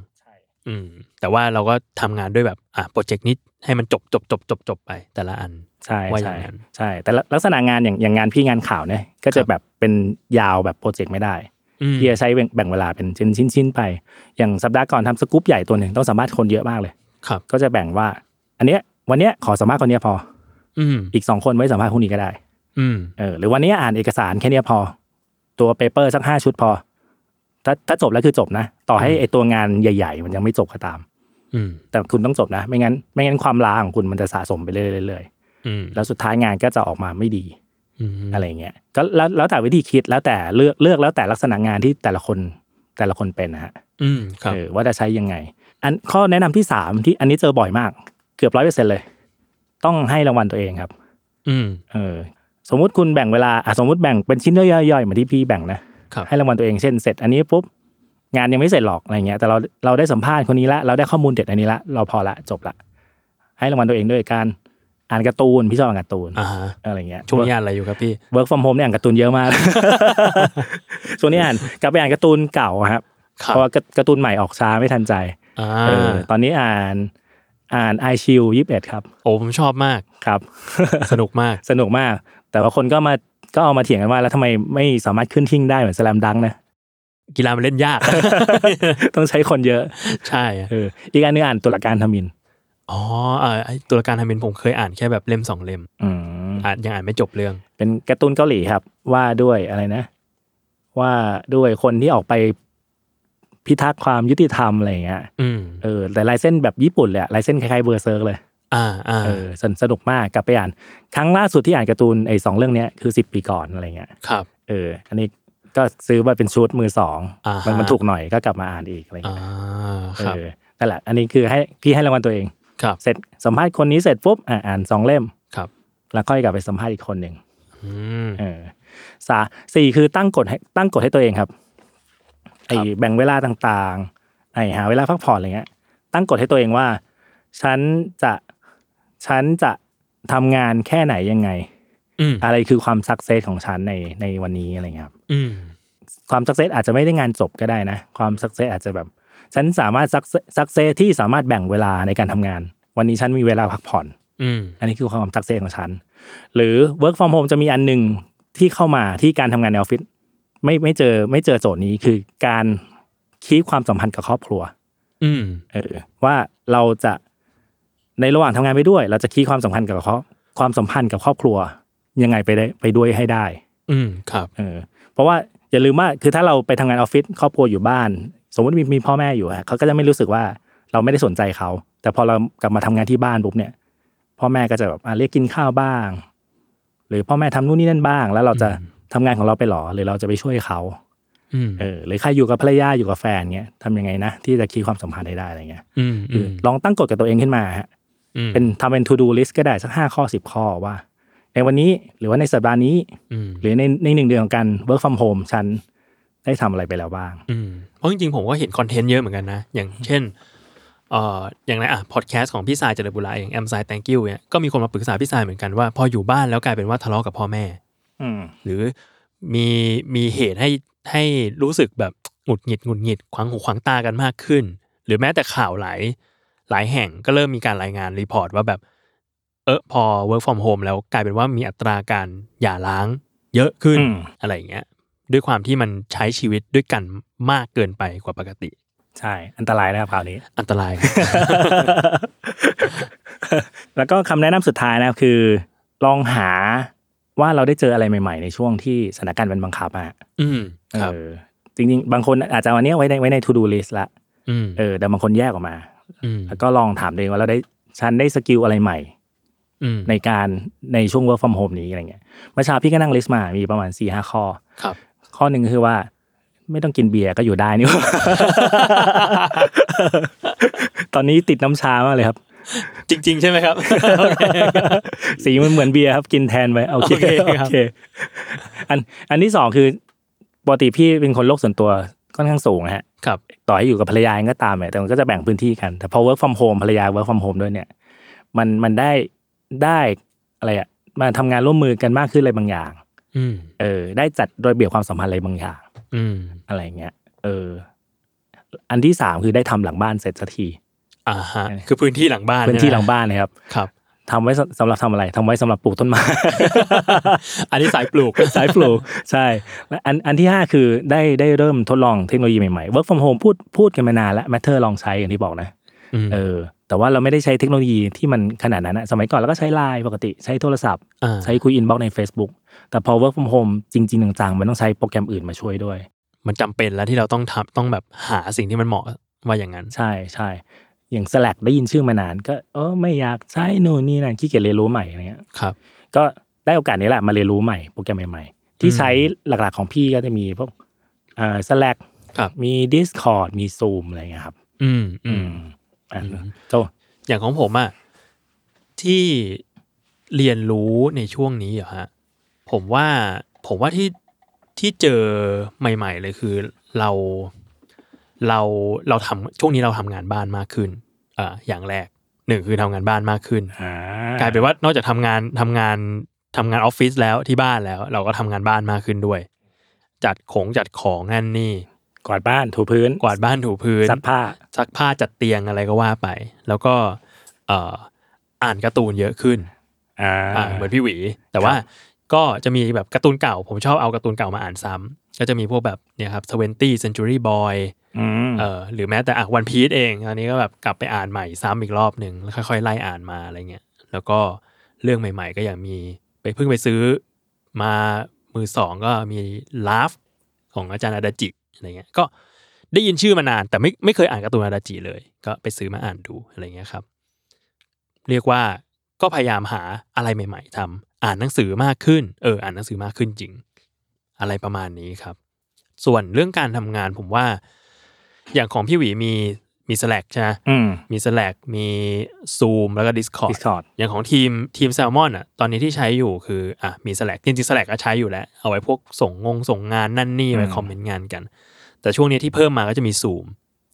[SPEAKER 2] อืม แต่ว่าเราก็ทำงานด้วยแบบอ่ะโปรเจกต์นี้ให้มันจบจบจบจบจบไป แต่ละอัน
[SPEAKER 4] ใช่
[SPEAKER 2] ว่าอ
[SPEAKER 4] ใช่
[SPEAKER 2] ย่างนั้น
[SPEAKER 4] ใช่ แต่ละลักษณะงานอย่างอย่างงานพี่งานข่าวเนี่ยก็
[SPEAKER 2] ค
[SPEAKER 4] จะ
[SPEAKER 2] รับ
[SPEAKER 4] แบบเป็นยาวแบบโปรเจกต์ไม่ได้
[SPEAKER 2] อืม
[SPEAKER 4] พี่จะใช้แบ่งแบ่งเวลาเป็นชิ้นชิ้นชิ้นไป อย่างสัปดาห์ก่อนทำสกู๊ปใหญ่ตัวหนึ่งต้องสัมภาษณ์คนเยอะมากเลย
[SPEAKER 2] ครับ
[SPEAKER 4] ก็จะแบ่งว่า อันเนี้ยวันเนี้ยขอสัมภาษณ์คนเนี้ยพอ
[SPEAKER 2] อืม
[SPEAKER 4] อีกสองคนไว้สัมภาษณ์คนนี้ก็ได้
[SPEAKER 2] อืม
[SPEAKER 4] เออหรือวันเนี้ยอ่านเอกสารแค่เนี้ยพอ ตัวเปเปอร์สักห้าชุดพอ ถ้าถ้าจบแล้วคือจบนะ ต่อให้ไอตัวงานใหญ่ ๆ มันยังไม่จบก็ตาม
[SPEAKER 2] อืม
[SPEAKER 4] แต่คุณต้องจบนะ ไม่งั้นไม่งั้นความล้าของคุณมันจะสะสมไปเรื่อยๆ
[SPEAKER 2] อืม
[SPEAKER 4] ๆแล้วสุดท้ายงานก็จะออกมาไม่ดี
[SPEAKER 2] อืม
[SPEAKER 4] อะไรเงี้ยก็แล้วแล้วแต่วิธีคิดแล้วแต่เลือกเลือกแล้วแต่ลักษณะงานที่แต่ละคนแต่ละคนเป็นนะฮะ
[SPEAKER 2] อืม ครับ
[SPEAKER 4] เออว่าจะใช้ยังไง อันข้อแนะนำที่สามที่อันนี้เจอบ่อยมาก เกือบร้อยเปอร์เซ็นเลย ต้องให้รางวัลตัวเองครับ
[SPEAKER 2] อืม
[SPEAKER 4] เออสมมุติคุณแบ่งเวลาอ่ะสมมุติแบ่งเป็นชิ้นย่อยๆเหมือนที่พี่แบ่งนะครับ ให้รางวัลตัวเองเช่นเสร็จ อันนี้ปุ๊บงานยังไม่เสร็จหรอกอะไรเงี้ยแต่เราเราได้สัมภาษณ์คนนี้ละเราได้ข้อมูลเด็ดอันนี้ละเราพอละจบละให้รางวัลตัวเองด้วยการอ่านการ์ตูนพี่ชอบอ่านการ์ตูน
[SPEAKER 2] อ่าฮะ
[SPEAKER 4] อะไรเงี้ย
[SPEAKER 2] ช่วงนี้อะไรอยู่ครับพี่
[SPEAKER 4] เวิร์กฟอร์มโฮมเนี่ยอ่านการ์ตูนเยอะมาก ส่วนนี้อ่านกลับไปอ่านการ์ตูนเก่าอะครับ
[SPEAKER 2] ครับ
[SPEAKER 4] เพราะว่าการ์ตูนใหม่ออกช้าไม่ทันใจ
[SPEAKER 2] อ่า
[SPEAKER 4] เออตอนนี้อ่านอ่านไอชิวยี่สิบเอ็ดครับ
[SPEAKER 2] โอ้ผมชอบมาก
[SPEAKER 4] ครับ
[SPEAKER 2] สนุกมาก
[SPEAKER 4] สนุกมาก แต่ว่าคนก็มาก็เอามาเถียงกันว่า แล้วทำไมไม่สามารถขึ้นทิ้งได้เหมือนสแลมดัง ก์นะ
[SPEAKER 2] กีฬามันเล่นยาก
[SPEAKER 4] ต้องใช้คนเยอะ
[SPEAKER 2] ใช่อะ
[SPEAKER 4] เอออีกอันหนึงอ่านตุลาการทมิน
[SPEAKER 2] อ๋อเอ่อไอ้ตัวการทำเป็นผมเคยอ่านแค่แบบเล่มสองเล่ม
[SPEAKER 4] อืม
[SPEAKER 2] อ่านยังอ่านไม่จบเรื่อง
[SPEAKER 4] เป็นการ์ตูนเกาหลีครับ ว่าด้วยอะไรนะ ว่าด้วยคนที่ออกไปพิทักษ์ความยุติธรรมอะไรอย่างเงี้ย
[SPEAKER 2] อืม
[SPEAKER 4] เออแต่ลายเส้นแบบญี่ปุ่นเลยอะลายเส้นคล้ายๆเบอร์เซิร์กเลย
[SPEAKER 2] อ่า อ่า
[SPEAKER 4] เออสนสนุกมากกลับไปอ่าน ครั้งล่าสุดที่อ่านการ์ตูนไอ้สองเรื่องเนี้ยคือสิบปีก่อนอะไรเงี้ย
[SPEAKER 2] ครับ
[SPEAKER 4] เอออันนี้ก็ซื้อมาเป็นชุดมือสอง
[SPEAKER 2] อ่าฮะ
[SPEAKER 4] มันมันถูกหน่อยก็กลับมาอ่านอีกอะไร
[SPEAKER 2] อ่า
[SPEAKER 4] เงี้ย
[SPEAKER 2] ครับ
[SPEAKER 4] เออนั่นแหละอันนี้คือให้พี่ให้รางวัลตัวเอง
[SPEAKER 2] ครับ
[SPEAKER 4] เสร็จสัมภาษณ์คนนี้เสร็จปุ๊บอ่ะอ่านสองเล่ม
[SPEAKER 2] ครับ
[SPEAKER 4] แล้วค่อยกลับไปสัมภาษณ์อีกคนหนึ่ง
[SPEAKER 2] อืม
[SPEAKER 4] เออสาสี่คือตั้งกฎให้ตั้งกฎให้ตัวเองครับไอ้
[SPEAKER 2] ครับ
[SPEAKER 4] แบ่งเวลาต่างๆไอ้หาเวลาพักผ่อนอะไรเงี้ย ตั้งกฎให้ตัวเองว่า ฉันจะฉันจะทำงานแค่ไหนยังไง
[SPEAKER 2] อืม
[SPEAKER 4] อะไรคือความสักเซสของฉันในในวันนี้อะไรเงี้ยครับ
[SPEAKER 2] อืม
[SPEAKER 4] ความสักเซสอาจจะไม่ได้งานจบก็ได้นะ ความสักเซสอาจจะแบบ ฉันสามารถสักสักเซสที่สามารถแบ่งเวลาในการทำงาน วันนี้ฉันมีเวลาพักผ่อน
[SPEAKER 2] อืม
[SPEAKER 4] อันนี้คือความสักเซสของฉัน หรือ work from home จะมีอันหนึ่งที่เข้ามาที่การทำงานในออฟฟิศไม่ไม่เจอไม่เจอโจทย์นี้คือการคีบความสัมพันธ์กับครอบครัว
[SPEAKER 2] อืม
[SPEAKER 4] เออว่าเราจะในระหว่างทำงานไปด้วย เราจะคีย์ความสัมพันธ์กับเขาความสัมพันธ์กับครอบครัว ยังไงไปได้ไปด้วยให้ได้
[SPEAKER 2] อืม ครับ
[SPEAKER 4] เออเพราะว่าอย่าลืมว่าคือถ้าเราไปทำงานออฟฟิศครอบครัวอยู่บ้าน สมมติมีมีพ่อแม่อยู่ฮะเขาก็จะไม่รู้สึกว่าเราไม่ได้สนใจเขา แต่พอเรากลับมาทำงานที่บ้านปุ๊บเนี่ย พ่อแม่ก็จะแบบอ่ะเรียกกินข้าวบ้าง หรือพ่อแม่ทำนู่นนี่นั่นบ้าง แล้วเราจะทำงานของเราไปหรอหรือเราจะไปช่วยเขา
[SPEAKER 2] อืม
[SPEAKER 4] เออหรือใครอยู่กับภรรยาอยู่กับแฟนเงี้ยทำยังไงนะที่จะคีย์ความสัมพันธ์ให้ได้อะไรเงี้ย
[SPEAKER 2] อืม อืม
[SPEAKER 4] ลองตั้งกฎกับตัวเองขึ้นมาฮะ
[SPEAKER 2] อืม
[SPEAKER 4] เป็นทำเป็น to do list ก็ได้สักห้าข้อสิบข้อว่า ในวันนี้หรือว่าในสัปดาห์นี้
[SPEAKER 2] อืม
[SPEAKER 4] หรือในในหนึ่งเดือนของการ work from home ฉันได้ทำอะไรไปแล้วบ้าง
[SPEAKER 2] อืมเพราะจริงๆ ผมก็เห็นคอนเทนต์เยอะเหมือนกันนะ อย่างเช่นเอ่ออย่างไรอ่ะพอดแคสต์ของพี่สายเจริญบุระอย่างแอมไซแตงกิ้วเนี่ยก็มีคนมาปรึกษาพี่สายเหมือนกันว่าพออยู่บ้านแล้วกลายเป็นว่าทะเลาะกับพ่อแม่
[SPEAKER 4] อืม
[SPEAKER 2] หรือมีมีเหตุให้ให้รู้สึกแบบหงุดหงิดหงุดหงิดขวางหูขวางตากันมากขึ้น หรือแม้แต่ข่าวหลายหลายแห่งก็เริ่มมีการรายงานรีพอร์ตว่าแบบ เออพอ work from home แล้วกลายเป็นว่ามีอัตราการหย่าร้างเยอะขึ้น
[SPEAKER 4] อืม
[SPEAKER 2] อะไรอย่างเงี้ย ด้วยความที่มันใช้ชีวิตด้วยกันมากเกินไปกว่าปกติ
[SPEAKER 4] ใช่ อันตรายนะครับคราวนี้
[SPEAKER 2] อันตราย
[SPEAKER 4] แล้วก็คำแนะนำสุดท้ายนะครับคือ ลองหาว่าเราได้เจออะไรใหม่ ๆ ในช่วงที่สถานการณ์มันบังคับอะ
[SPEAKER 2] อืม
[SPEAKER 4] เอ
[SPEAKER 2] ครับ
[SPEAKER 4] อจริงๆ บางคนอาจจะเอาอันเนี้ยไว้ในไว้ใน to do list ละ
[SPEAKER 2] อืม
[SPEAKER 4] เออแต่บางคนแยกออกมา
[SPEAKER 2] ม
[SPEAKER 4] แล้วก็ลองถามตัวเองว่าเราได้ฉันได้สกิลอะไรใหม่
[SPEAKER 2] อืม
[SPEAKER 4] ในการในช่วง work from home นี้อะไรเงี้ยเมื่อเช้าพี่ก็นั่ง list มามีประมาณ4ี่ห้าข้อ
[SPEAKER 2] ครับ
[SPEAKER 4] ข้อหนึ่งคือว่า ไม่ต้องกินเบียร์ก็อยู่ได้นี่หว่า ตอนนี้ติดน้ำชามาก เลยครับ
[SPEAKER 2] จริง ๆ ใช่ไหมครับ โอเค
[SPEAKER 4] สีมันเหมือนเบียร์ครับกินแทนไปโอเค
[SPEAKER 2] โอเคครับ
[SPEAKER 4] โอเคอันอันที่สองคือปกติพี่เป็นคนโลกส่วนตัวค่อนข้างสูงนะฮะ
[SPEAKER 2] ครับ
[SPEAKER 4] ต่อให้อยู่กับภรรยาเองก็ตามเนี่ยแต่มันก็จะแบ่งพื้นที่กัน แต่พอ work from home ภรรยา work from home ด้วยเนี่ย มันมันได้ได้อะไรอะมาทำงานร่วมมือกันมากขึ้นอะไรบางอย่าง
[SPEAKER 2] อืม
[SPEAKER 4] เออ ได้จัดระเบียบความสัมพันธ์อะไรบางอย่าง
[SPEAKER 2] อืม
[SPEAKER 4] อะไรเงี้ย เออ อันที่สามคือได้ทำหลังบ้านเสร็จสักที
[SPEAKER 2] อ่าฮะคือพื้นที่หลังบ้าน
[SPEAKER 4] พื้นที่หลัง
[SPEAKER 2] ใช่ไม
[SPEAKER 4] บ้านนะครับ
[SPEAKER 2] ครับ
[SPEAKER 4] ทำไว้สสำหรับทำอะไรทำไว้สำหรับปลูกต้นไม้
[SPEAKER 2] อันนี้สายปลูก
[SPEAKER 4] สายปลูก ใช่และอันอันที่ห้าคือได้ได้เริ่มทดลองเทคโนโลยีใหม่ๆ work from home พูดพูดกันมานานแล้ว matter ลองใช้อย่างที่บอกนะ
[SPEAKER 2] อืม
[SPEAKER 4] เออ แต่ว่าเราไม่ได้ใช้เทคโนโลยีที่มันขนาดนั้นนะสมัยก่อนเราก็ใช้ไลน์ปกติใช้โทรศัพท์
[SPEAKER 2] อ่า
[SPEAKER 4] ใช้คุยอินบ็อกใน Facebook แต่พอ work from home จริงๆจังๆมันต้องใช้โปรแกรมอื่นมาช่วยด้วย
[SPEAKER 2] มันจำเป็นแล้วที่เราต้องทำต้องแบบหาสิ่งที่มันเหมาะว่าอย่างนั้น
[SPEAKER 4] ใช่ใช่อย่าง Slack ได้ยินชื่อมานาน ก็เออไม่อยากใช้นู่นนี่นั่นขี้เกียจเรียนรู้ใหม่อะไรเงี้ย
[SPEAKER 2] ครับ
[SPEAKER 4] ก็ได้โอกาสนี้แหละมาเรียนรู้ใหม่โปรแกรมใหม่ๆ ที่ใช้หลักๆของพี่ก็จะมีพวกเอ่อ Slack
[SPEAKER 2] ครับ
[SPEAKER 4] มี Discord มี Zoom อะไรเงี้ยครับ
[SPEAKER 2] อืมอื
[SPEAKER 4] อื
[SPEAKER 2] ม
[SPEAKER 4] มอ่ะ
[SPEAKER 2] อืม
[SPEAKER 4] โจ
[SPEAKER 2] อย่างของผมอะที่เรียนรู้ในช่วงนี้เหรอฮะผมว่าผมว่าที่ที่เจอใหม่ ๆ เลยคือเราเราเราทำช่วงนี้เราทำงานบ้านมากขึ้นอ่าอย่างแรกหนึ่งคือทำงานบ้านมากขึ้น
[SPEAKER 4] อ่าก
[SPEAKER 2] ลายเป็นว่านอกจากทำงานทำงานทำงานออฟฟิศแล้วที่บ้านแล้ว เราก็ทำงานบ้านมากขึ้นด้วย จัดของจัดของนั่นนี่
[SPEAKER 4] กวาดบ้านถูพื้น
[SPEAKER 2] กวาดบ้านถูพื้น
[SPEAKER 4] ซักผ้า
[SPEAKER 2] ซักผ้าจัดเตียงอะไรก็ว่าไป แล้วก็เอ่ออ่านการ์ตูนเยอะขึ้น
[SPEAKER 4] อ่า
[SPEAKER 2] อ่าเหมือนพี่หวี แต่ว่าก็จะมีแบบการ์ตูนเก่า ผมชอบเอาการ์ตูนเก่ามาอ่านซ้ำก็จะมีพวกแบบเนี่ยครับ twenty century boy
[SPEAKER 4] อืม
[SPEAKER 2] เออหรือแม้แต่อ่ะวันพีซเองอันนี้ก็แบบกลับไปอ่านใหม่ซ้ำอีกรอบหนึ่งแล้วค่อยๆไล่อ่านมาอะไรเงี้ยแล้วก็เรื่องใหม่ ๆ ก็อย่างมีไปเพิ่งไปซื้อมามือสองก็มีลาฟของอาจารย์อาดาจิอะไรเงี้ยก็ได้ยินชื่อมานานแต่ไม่ไม่เคยอ่านการ์ตูนอาดาจิเลย ก็ไปซื้อมาอ่านดูอะไรเงี้ยครับ เรียกว่าก็พยายามหาอะไรใหม่ ๆทำอ่านหนังสือมากขึ้นเอออ่านหนังสือมากขึ้นจริง อะไรประมาณนี้ครับ ส่วนเรื่องการทำงานผมว่า อย่างของพี่หวีมีมี slack ใช่ไหม
[SPEAKER 4] อืม
[SPEAKER 2] มี slack มี zoom แล้วก็ discord
[SPEAKER 4] Discord
[SPEAKER 2] อย่างของทีมทีมแซลมอนอ่ะตอนนี้ที่ใช้อยู่คืออ่ะมี slack จริงๆ slack ก็ใช้อยู่แล้ว เอาไว้พวกส่งงงส่งงานนั่นนี่ไว้
[SPEAKER 4] อืม
[SPEAKER 2] คอมเมนต์งานกัน แต่ช่วงนี้ที่เพิ่มมาก็จะมี zoom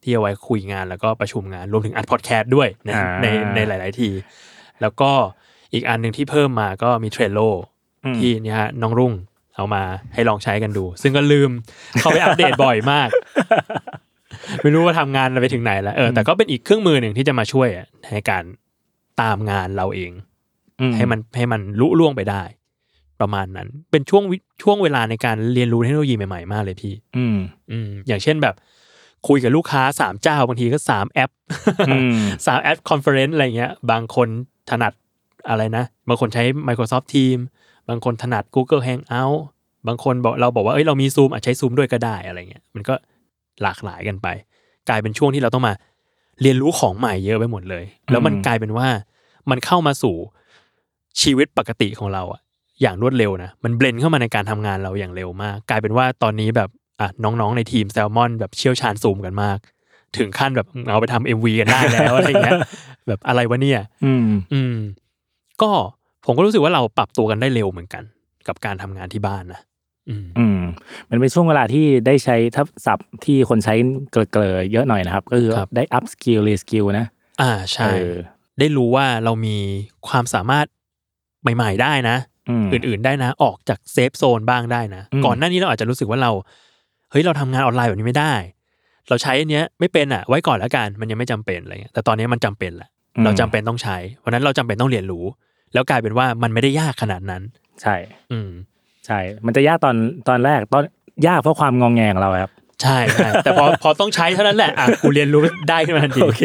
[SPEAKER 2] ที่เอาไว้คุยงานแล้วก็ประชุมงานรวมถึงอัดพอดแคสต์ด้วยนะ
[SPEAKER 4] อ่า
[SPEAKER 2] ในในหลาย ๆ ที แล้วก็อีกอันหนึ่งที่เพิ่มมาก็มีเทรลโล
[SPEAKER 4] อืม
[SPEAKER 2] ที่เนี่ยฮะน้องรุ่งเอามาให้ลองใช้กันดู ซึ่งก็ลืมเข้าไปอัปเดตบ่อยมาก ไม่รู้ว่าทำงานไปถึงไหนแล้วเออแต่ก็เป็นอีกเครื่องมือหนึ่งที่จะมาช่วยอะในการตามงานเราเอง
[SPEAKER 4] อื
[SPEAKER 2] ให้มันให้มันลุล่วงไปได้ ประมาณนั้น เป็นช่วงวิช่วงเวลาในการเรียนรู้เทคโนโลยีใหม่ๆมากเลยพี่
[SPEAKER 4] อืม
[SPEAKER 2] อืมอย่างเช่นแบบ คุยกับลูกค้าสามเจ้าบางทีก็สามแอป
[SPEAKER 4] อืม
[SPEAKER 2] สามแอปคอนเฟอเรนซ์อะไรเงี้ย บางคนถนัดอะไรนะ บางคนใช้ Microsoft Team บางคนถนัด Google Hangout บางคนบอกเราบอกว่าเอ้ยเรามี Zoom อ่ะใช้ Zoom ด้วยก็ได้อะไรเงี้ย มันก็หลากหลายกันไป กลายเป็นช่วงที่เราต้องมาเรียนรู้ของใหม่เยอะไปหมดเลย แล้วมัน
[SPEAKER 4] อืม
[SPEAKER 2] กลายเป็นว่ามันเข้ามาสู่ชีวิตปกติของเราอะอย่างรวดเร็วนะ มันเบลนเข้ามาในการทำงานเราอย่างเร็วมาก กลายเป็นว่าตอนนี้แบบอ่ะน้องๆในทีมแซลมอนแบบเชี่ยวชาญซูมกันมาก ถึงขั้นแบบเอาไปทำเอ็มวีกันได้แล้ว อะไรเงี้ ยแบบอะไรวะเนี่ย
[SPEAKER 4] อืม
[SPEAKER 2] อืม ก็ผมก็รู้สึกว่าเราปรับตัวกันได้เร็วเหมือนกัน กับการทำงานที่บ้านนะอืม
[SPEAKER 4] อืมมันเป็นช่วงเวลาที่ได้ใช้ทับศัพท์ที่คนใช้เกลอๆเยอะหน่อยนะครับ ก็คือ
[SPEAKER 2] ครับ
[SPEAKER 4] ได้อัพสกิลรีสกิลนะ
[SPEAKER 2] อ่าใช่
[SPEAKER 4] เออ
[SPEAKER 2] ได้รู้ว่าเรามีความสามารถใหม่ ๆ ได้นะ
[SPEAKER 4] อืม
[SPEAKER 2] อื่นๆได้นะ ออกจากเซฟโซนบ้างได้นะ
[SPEAKER 4] อืม
[SPEAKER 2] ก่อนหน้านี้เราอาจจะรู้สึกว่าเรา เฮ้ย เราทำงานออนไลน์แบบนี้ไม่ได้ เราใช้อันเนี้ยไม่เป็นอ่ะ ไว้ก่อนแล้วกัน มันยังไม่จำเป็นอะไรเงี้ย แต่ตอนนี้มันจำเป็นแหละ เราจำเป็นต้องใช้ เพราะฉะนั้นเราจำเป็นต้องเรียนรู้ แล้วกลายเป็นว่ามันไม่ได้ยากขนาดนั้น
[SPEAKER 4] ใช่
[SPEAKER 2] อืม
[SPEAKER 4] ใช่ มันจะยากตอนตอนแรกตอนยากเพราะความงองแงของเราครับ
[SPEAKER 2] ใช่ใช่ แต่พอพอต้องใช้เท่านั้นแหละ อ่ะ กูเรียนรู้ได้ขึ้นมาทันที
[SPEAKER 4] โอเค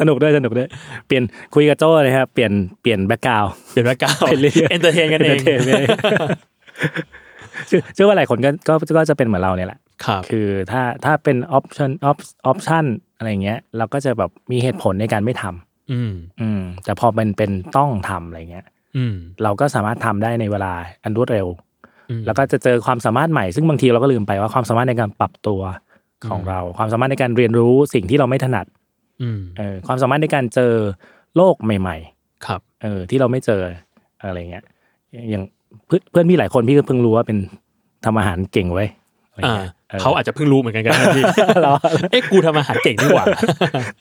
[SPEAKER 4] สนุกด้วยสนุกด้วยเปลี่ยนคุยกับโจ้เลยครับเปลี่ยนเปลี่ยนแบ็กกราว
[SPEAKER 2] เปลี่ยนแบ็คกราวด์
[SPEAKER 4] ไปเรื่อย
[SPEAKER 2] เอนเตอร์เทนกันเอง
[SPEAKER 4] Entertainment เชื่ อเชื่อว่าหลายคนก็ก็ก็จะเป็นเหมือนเราเนี่ยแหละ
[SPEAKER 2] ครับ
[SPEAKER 4] คือถ้าถ้าเป็นออปชันออปออปชันอะไรอย่างเงี้ย เราก็จะแบบมีเหตุผลในการไม่ทำ
[SPEAKER 2] อืม
[SPEAKER 4] อืม แต่พอมันเป็นต้องทำอะไรเงี้ย
[SPEAKER 2] อืม
[SPEAKER 4] เราก็สามารถทำได้ในเวลาอันรวดเร็ว
[SPEAKER 2] อืม
[SPEAKER 4] แล้วก็จะเจอความสามารถใหม่ซึ่งบางทีเราก็ลืมไปว่าความสามารถในการปรับตัวของ
[SPEAKER 2] อืม
[SPEAKER 4] เรา ความสามารถในการเรียนรู้สิ่งที่เราไม่ถนัด
[SPEAKER 2] อืม
[SPEAKER 4] เออความสามารถในการเจอโลกใหม่
[SPEAKER 2] ครับ
[SPEAKER 4] ๆเออที่เราไม่เจออะไรเงี้ยอย่างเพื่อนเพื่อนพี่หลายคนพี่ก็เพิ่งรู้ว่าเป็นทำอาหารเก่งไว้ยอะไร
[SPEAKER 2] อ่า
[SPEAKER 4] เงี้ยออ
[SPEAKER 2] เขาอาจจะเพิ่งรู้เหมือนกันก็ได้พี่
[SPEAKER 4] เหรอ
[SPEAKER 2] เอ๊ะกูทำอาหารเก่งนี่หว่า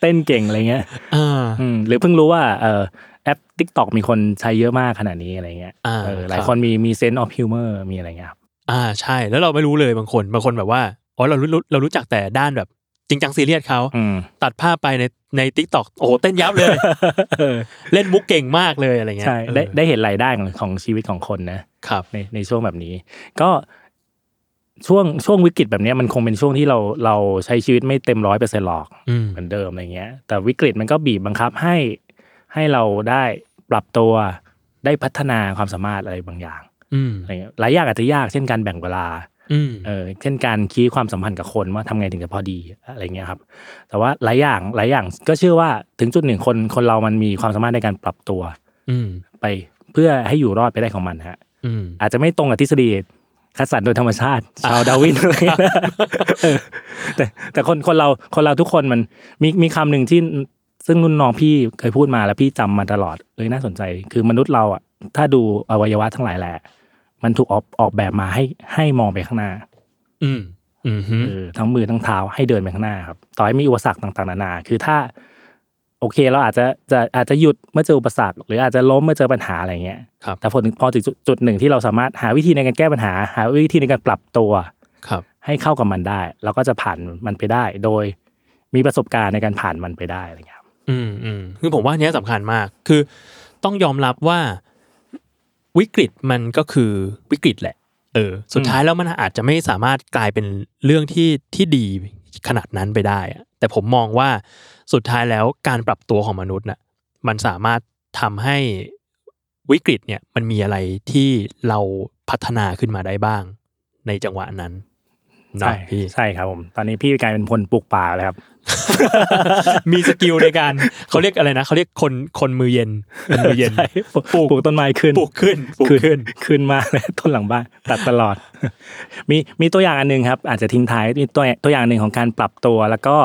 [SPEAKER 4] เต้นเก่งอะไรเงี้ย
[SPEAKER 2] อ่า
[SPEAKER 4] อืมหรือเพิ่งรู้ว่าเออแอป t ิ k t o k มีคนใช้เยอะมากขนาดนี้อะไรเงี้ย
[SPEAKER 2] อ่า
[SPEAKER 4] เออหลาย
[SPEAKER 2] ครับ
[SPEAKER 4] คนมีมีเซนต์ออฟฮิวเมอร์มีอะไรเงี้ยครับ
[SPEAKER 2] อ่าใช่ แล้วเราไม่รู้เลยบางคน บางคนแบบว่าอ๋อเรารู้รู้เรารู้จักแต่ด้านแบบ จริงจังซีเรียสเขา
[SPEAKER 4] อืม
[SPEAKER 2] ตัดภาพไปในในทิกตอกโอ้โหเต้นยับเลย เล่นมุกเก่งมากเลยอะไรเงี้ย
[SPEAKER 4] ใช่
[SPEAKER 2] เออ
[SPEAKER 4] ได้ได้เห็นรายได้ของของชีวิตของคนนะครับ ในในช่วงแบบนี้ ก็ช่วงช่วงวิกฤตแบบเนี้ยมันคงเป็นช่วงที่เราเราใช้ชีวิตไม่เต็มร้อยเปอร์เซ็นต์หรอก
[SPEAKER 2] อืม
[SPEAKER 4] เหมือนเดิมอะไรเงี้ย แต่วิกฤตมันก็บีบบังคับให้ให้เราได้ปรับตัวได้พัฒนาความสามารถอะไรบางอย่าง
[SPEAKER 2] อืม
[SPEAKER 4] อะไรเงี้ยหลายอย่างอาจจะยากเช่นการแบ่งเวลา
[SPEAKER 2] อืม
[SPEAKER 4] เออเช่นการคีย์ความสัมพันธ์กับคนว่าทำไงถึงจะพอดีอะไรเงี้ยครับ แต่ว่าหลายอย่างหลายอย่างก็เชื่อว่าถึงจุดหนึ่งคนคนเรามันมีความสามารถในการปรับตัว
[SPEAKER 2] อืม
[SPEAKER 4] ไปเพื่อให้อยู่รอดไปได้ของมันฮะ
[SPEAKER 2] อืม
[SPEAKER 4] อาจจะไม่ตรงกับทฤษฎีคัดสรรโดยธรรมชาติ ชาวดาร์วิน อะไรเงี้ยเออแต่แต่คนคนเราคนเราทุกคนมันมีมีคำหนึ่งที่ซึ่งรุ่นน้องพี่เคยพูดมาแล้วพี่จำมาตลอดเลยน่าสนใจ คือมนุษย์เราอ่ะถ้าดูอวัยวะทั้งหลายแหละ มันถูกออกออกแบบมาให้ให้มองไปข้างหน้า
[SPEAKER 2] อืมอืมฮึ
[SPEAKER 4] เออทั้งมือทั้งเท้าให้เดินไปข้างหน้าครับต่อให้มีอุปสรรคต่างๆนานา คือถ้า โอเคเราอาจจะจะอาจจะหยุดเมื่อเจออุปสรรค หรืออาจจะล้มเมื่อเจอปัญหาอะไรเงี้ย
[SPEAKER 2] ครับ
[SPEAKER 4] แต่พอถึงพอถึงจุดจุดหนึ่งที่เราสามารถหาวิธีในการแก้ปัญหา หาวิธีในการปรับตัว
[SPEAKER 2] ครับ
[SPEAKER 4] ให้เข้ากับมันได้ เราก็จะผ่านมันไปได้ โดยมีประสบการณ์ในการผ่านมันไปได้อะไรเงี้ยครับ
[SPEAKER 2] อืมอืมคือผมว่าอันเนี้ยสำคัญมาก คือต้องยอมรับว่าวิกฤตมันก็คือวิกฤตแหละ เออ สุดท้ายแล้วมันอาจจะไม่สามารถกลายเป็นเรื่องที่ที่ดีขนาดนั้นไปได้อะแต่ผมมองว่าสุดท้ายแล้วการปรับตัวของมนุษย์น่ะมันสามารถทำให้วิกฤตเนี่ยมันมีอะไรที่เราพัฒนาขึ้นมาได้บ้าง ในจังหวะนั้นเนาะ
[SPEAKER 4] ใช่
[SPEAKER 2] พี่
[SPEAKER 4] ใช่ครับผมตอนนี้พี่กลายเป็นพลปลูกป่าแล้วครับ
[SPEAKER 2] มีสกิลในการเขาเรียกอะไรนะเขาเรียกคนคนมือเย็นคนมือเย็น
[SPEAKER 4] ใช่ ปลูกป
[SPEAKER 2] ปลูก
[SPEAKER 4] ลูกต้นไม้ขึ้น
[SPEAKER 2] ปลูกขึ้นปลูกขึ้น
[SPEAKER 4] ขึ้นมาก เลยต้นหลังบ้านตัดตลอด มีมีตัวอย่างอันหนึ่งครับ อาจจะทิ้งท้ายมีตัวตัวอย่างหนึ่งของการปรับตัว แล้วก็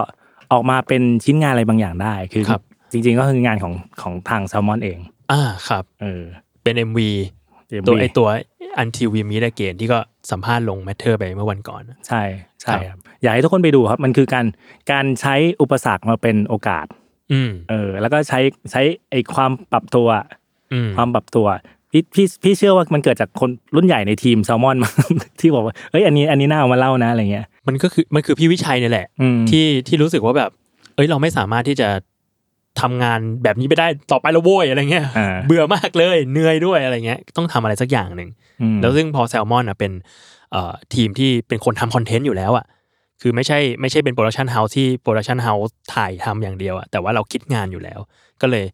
[SPEAKER 4] ออกมาเป็นชิ้นงานอะไรบางอย่างได้คือ
[SPEAKER 2] ครับ
[SPEAKER 4] จริง ๆ ก็คืองานของของทางแซลมอนเอง
[SPEAKER 2] อ่าครับ
[SPEAKER 4] เออ
[SPEAKER 2] เป็น MV
[SPEAKER 4] เดี๋ย
[SPEAKER 2] ตัว
[SPEAKER 4] มี
[SPEAKER 2] ไอตัว Until We Meet Again ที่ก็สัมภาษณ์ลงแมทเทอร์ไปเมื่อวันก่อน
[SPEAKER 4] ใช่ใช่
[SPEAKER 2] ครับ
[SPEAKER 4] ครับอยากให้ทุกคนไปดูครับ มันคือการการใช้อุปสรรคมาเป็นโอกาส
[SPEAKER 2] อืม
[SPEAKER 4] เออแล้วก็ใช้ใช้ไอความปรับตัว
[SPEAKER 2] อืม
[SPEAKER 4] ความปรับตัวพี่พี่พี่เชื่อว่ามันเกิดจากคนรุ่นใหญ่ในทีมแซลมอนมั้ง ที่บอกว่าเอ้ยอันนี้อันนี้น่าเอามาเล่านะอะไรเงี้ย
[SPEAKER 2] มันก็คือมันคือพี่วิชัยเนี่ยแหละ
[SPEAKER 4] อืม
[SPEAKER 2] ที่ที่รู้สึกว่าแบบ เอ้ยเราไม่สามารถที่จะทำงานแบบนี้ไปได้ต่อไปแล้วโว้ยอะไรเงี้ย
[SPEAKER 4] อ่า
[SPEAKER 2] เบื่อมากเลยเหนื่อยด้วยอะไรเงี้ย ต้องทำอะไรสักอย่างหนึ่ง
[SPEAKER 4] อืม
[SPEAKER 2] แล้วซึ่งพอแซลมอนอ่ะเป็นเอ่อทีมที่เป็นคนทำคอนเทนต์อยู่แล้วอ่ะคือไม่ใช่ไม่ใช่เป็นโปรดักชันเฮาส์ที่โปรดักชันเฮาส์ถ่ายทำอย่างเดียวอ่ะแต่ว่าเราคิดงานอยู่แล้ว ก็เลย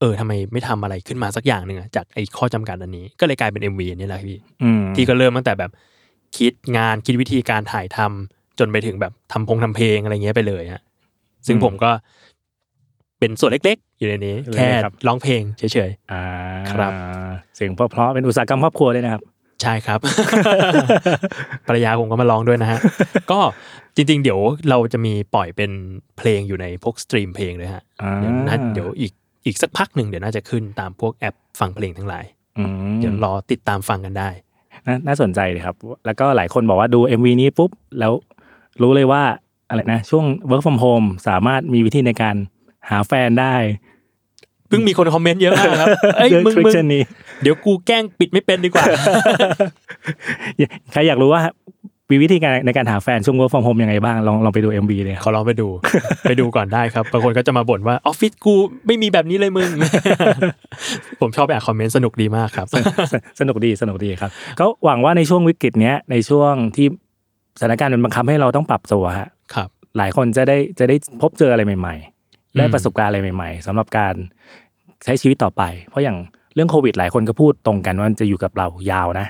[SPEAKER 2] เออทำไมไม่ทำอะไรขึ้นมาสักอย่างหนึ่งอะจากไอ้ข้อจำกัดอันนี้ ก็เลยกลายเป็น MV อันนี่แหละพี่
[SPEAKER 4] อืม
[SPEAKER 2] ที่ก็เริ่มตั้งแต่แบบคิดงานคิดวิธีการถ่ายทำจนไปถึงแบบทำพงทำเพลงอะไรเงี้ยไปเลยฮะซึ่ง
[SPEAKER 4] อืม
[SPEAKER 2] ผมก็เป็นส่วนเล็กๆ อยู่ในนี้ แค่
[SPEAKER 4] เลยครับ
[SPEAKER 2] ร้องเพลงเฉย
[SPEAKER 4] อ่า
[SPEAKER 2] ครับ
[SPEAKER 4] เสียงเพราะๆเป็นอุตสาหกรรมครอบครัวด้วยนะครับ
[SPEAKER 2] ใช่ครับ ภรรยาผมก็มาลองด้วยนะฮะ ก็จริงๆ เดี๋ยวเราจะมีปล่อยเป็นเพลงอยู่ในพวกสตรีมเพลงเลยฮะ
[SPEAKER 4] อ่า
[SPEAKER 2] เดี๋ยวนะเดี๋ยวอีกอีกสักพักหนึ่งเดี๋ยวน่าจะขึ้นตามพวกแอปฟังเพลงทั้งหลาย
[SPEAKER 4] อืม
[SPEAKER 2] เดี๋ยวรอติดตามฟังกันได้
[SPEAKER 4] น่าน่าสนใจเลยครับ แล้วก็หลายคนบอกว่าดู MV นี้ปุ๊บ แล้วรู้เลยว่าอะไรนะ ช่วง work from home สามารถมีวิธีในการหาแฟนได้
[SPEAKER 2] เพิ่งมีคนคอมเมนต์เยอะมากครับ เอ้ย
[SPEAKER 4] ด้วย
[SPEAKER 2] มึง
[SPEAKER 4] ทริค
[SPEAKER 2] มึง
[SPEAKER 4] เช่นนี้
[SPEAKER 2] เดี๋ยวกูแกล้งปิดไม่เป็นดีกว่า
[SPEAKER 4] ใครอยากรู้ว่ามีวิธีการในการหาแฟนช่วง work from home ยังไงบ้างลองลองไปดู MV เลยครับ
[SPEAKER 2] ขอลองไปดู ไปดูก่อนได้ครับบางคนก็จะมาบ่นว่าออฟฟิศกูไม่มีแบบนี้เลยมึง ผมชอบไปอ่านคอมเมนต์สนุกดีมากครับ
[SPEAKER 4] สนุกดีสนุกดีครับก็หวังว่าในช่วงวิกฤตเนี้ยในช่วงที่สถานการณ์มันบังคับให้เราต้องปรับตัวฮะ
[SPEAKER 2] ครับ
[SPEAKER 4] หลายคนจะได้จะได้พบเจออะไรใหม่ ๆ ได้
[SPEAKER 2] อืม
[SPEAKER 4] ประสบการณ์อะไรใหม่ ๆสำหรับการใช้ชีวิตต่อไป เพราะอย่างเรื่องโควิดหลายคนก็พูดตรงกันว่ามันจะอยู่กับเรายาวนะ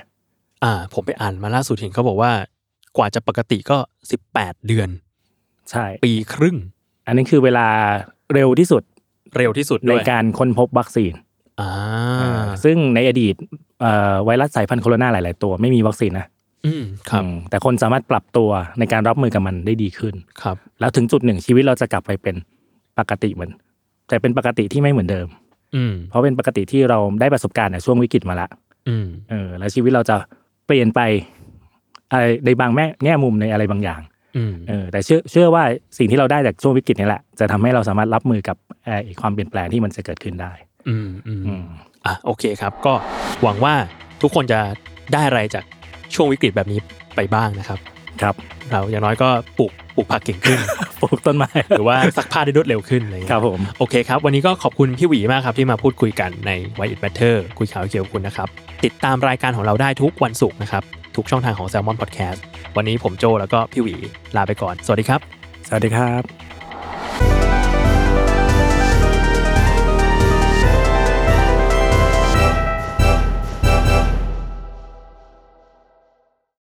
[SPEAKER 2] อ่า ผมไปอ่านมาล่าสุดเห็นเขาบอกว่า กว่าจะปกติก็ 18 เดือน
[SPEAKER 4] ใช่
[SPEAKER 2] ปีครึ่ง
[SPEAKER 4] อันนี้คือเวลาเร็วที่สุด
[SPEAKER 2] เร็วที่สุด
[SPEAKER 4] ใน
[SPEAKER 2] ด้วย
[SPEAKER 4] การค้นพบวัคซีน
[SPEAKER 2] อ่า
[SPEAKER 4] ซึ่งในอดีตเอ่อไวรัสสายพันธุ์โคโรนาหลาย ๆ ตัวไม่มีวัคซีนนะ
[SPEAKER 2] อืมครับ
[SPEAKER 4] อืมแต่คนสามารถปรับตัวในการรับมือกับมันได้ดีขึ้น
[SPEAKER 2] ครับ
[SPEAKER 4] แล้วถึงจุดหนึ่งชีวิตเราจะกลับไปเป็นปกติเหมือน แต่เป็นปกติที่ไม่เหมือนเดิม
[SPEAKER 2] อืม
[SPEAKER 4] เพราะเป็นปกติที่เราได้ประสบการณ์ในช่วงวิกฤตมาละ
[SPEAKER 2] อืม
[SPEAKER 4] เออแล้วชีวิตเราจะเปลี่ยนไปอะไรในบางแม่แง่มุมในอะไรบางอย่าง
[SPEAKER 2] อืม
[SPEAKER 4] เออแต่เชื่อเชื่อว่าสิ่งที่เราได้จากช่วงวิกฤตนี่แหละจะทำให้เราสามารถรับมือกับเอ่อไอ้ความเปลี่ยนแปลงที่มันจะเกิดขึ้นได้
[SPEAKER 2] อืมอืม
[SPEAKER 4] อืม
[SPEAKER 2] อ่ะโอเคครับก็หวังว่าทุกคนจะได้อะไรจากช่วงวิกฤตแบบนี้ไปบ้างนะครับ
[SPEAKER 4] ครับ
[SPEAKER 2] เราอย่างน้อยก็ปลูกปลูกผักเก่ง ขึ้น
[SPEAKER 4] ปลูกต้นไม้
[SPEAKER 2] หรือว่าซักผ้าได้รวดเร็วขึ้นอะไรอย่า
[SPEAKER 4] ค
[SPEAKER 2] งเงี้
[SPEAKER 4] รั
[SPEAKER 2] ย
[SPEAKER 4] บผม
[SPEAKER 2] โอเคครับ วันนี้ก็ขอบคุณพี่หวีมากครับที่มาพูดคุยกันใน w h y It Matter คุยข่าวเกี่ยวกับคุณนะครับ ติดตามรายการของเราได้ทุกวันศุกร์นะครับ ทุกช่องทางของ Salmon Podcast วันนี้ผมโจแล้วก็พี่หวีลาไปก่อน สวัสดีครับ
[SPEAKER 4] สวัสดีครับ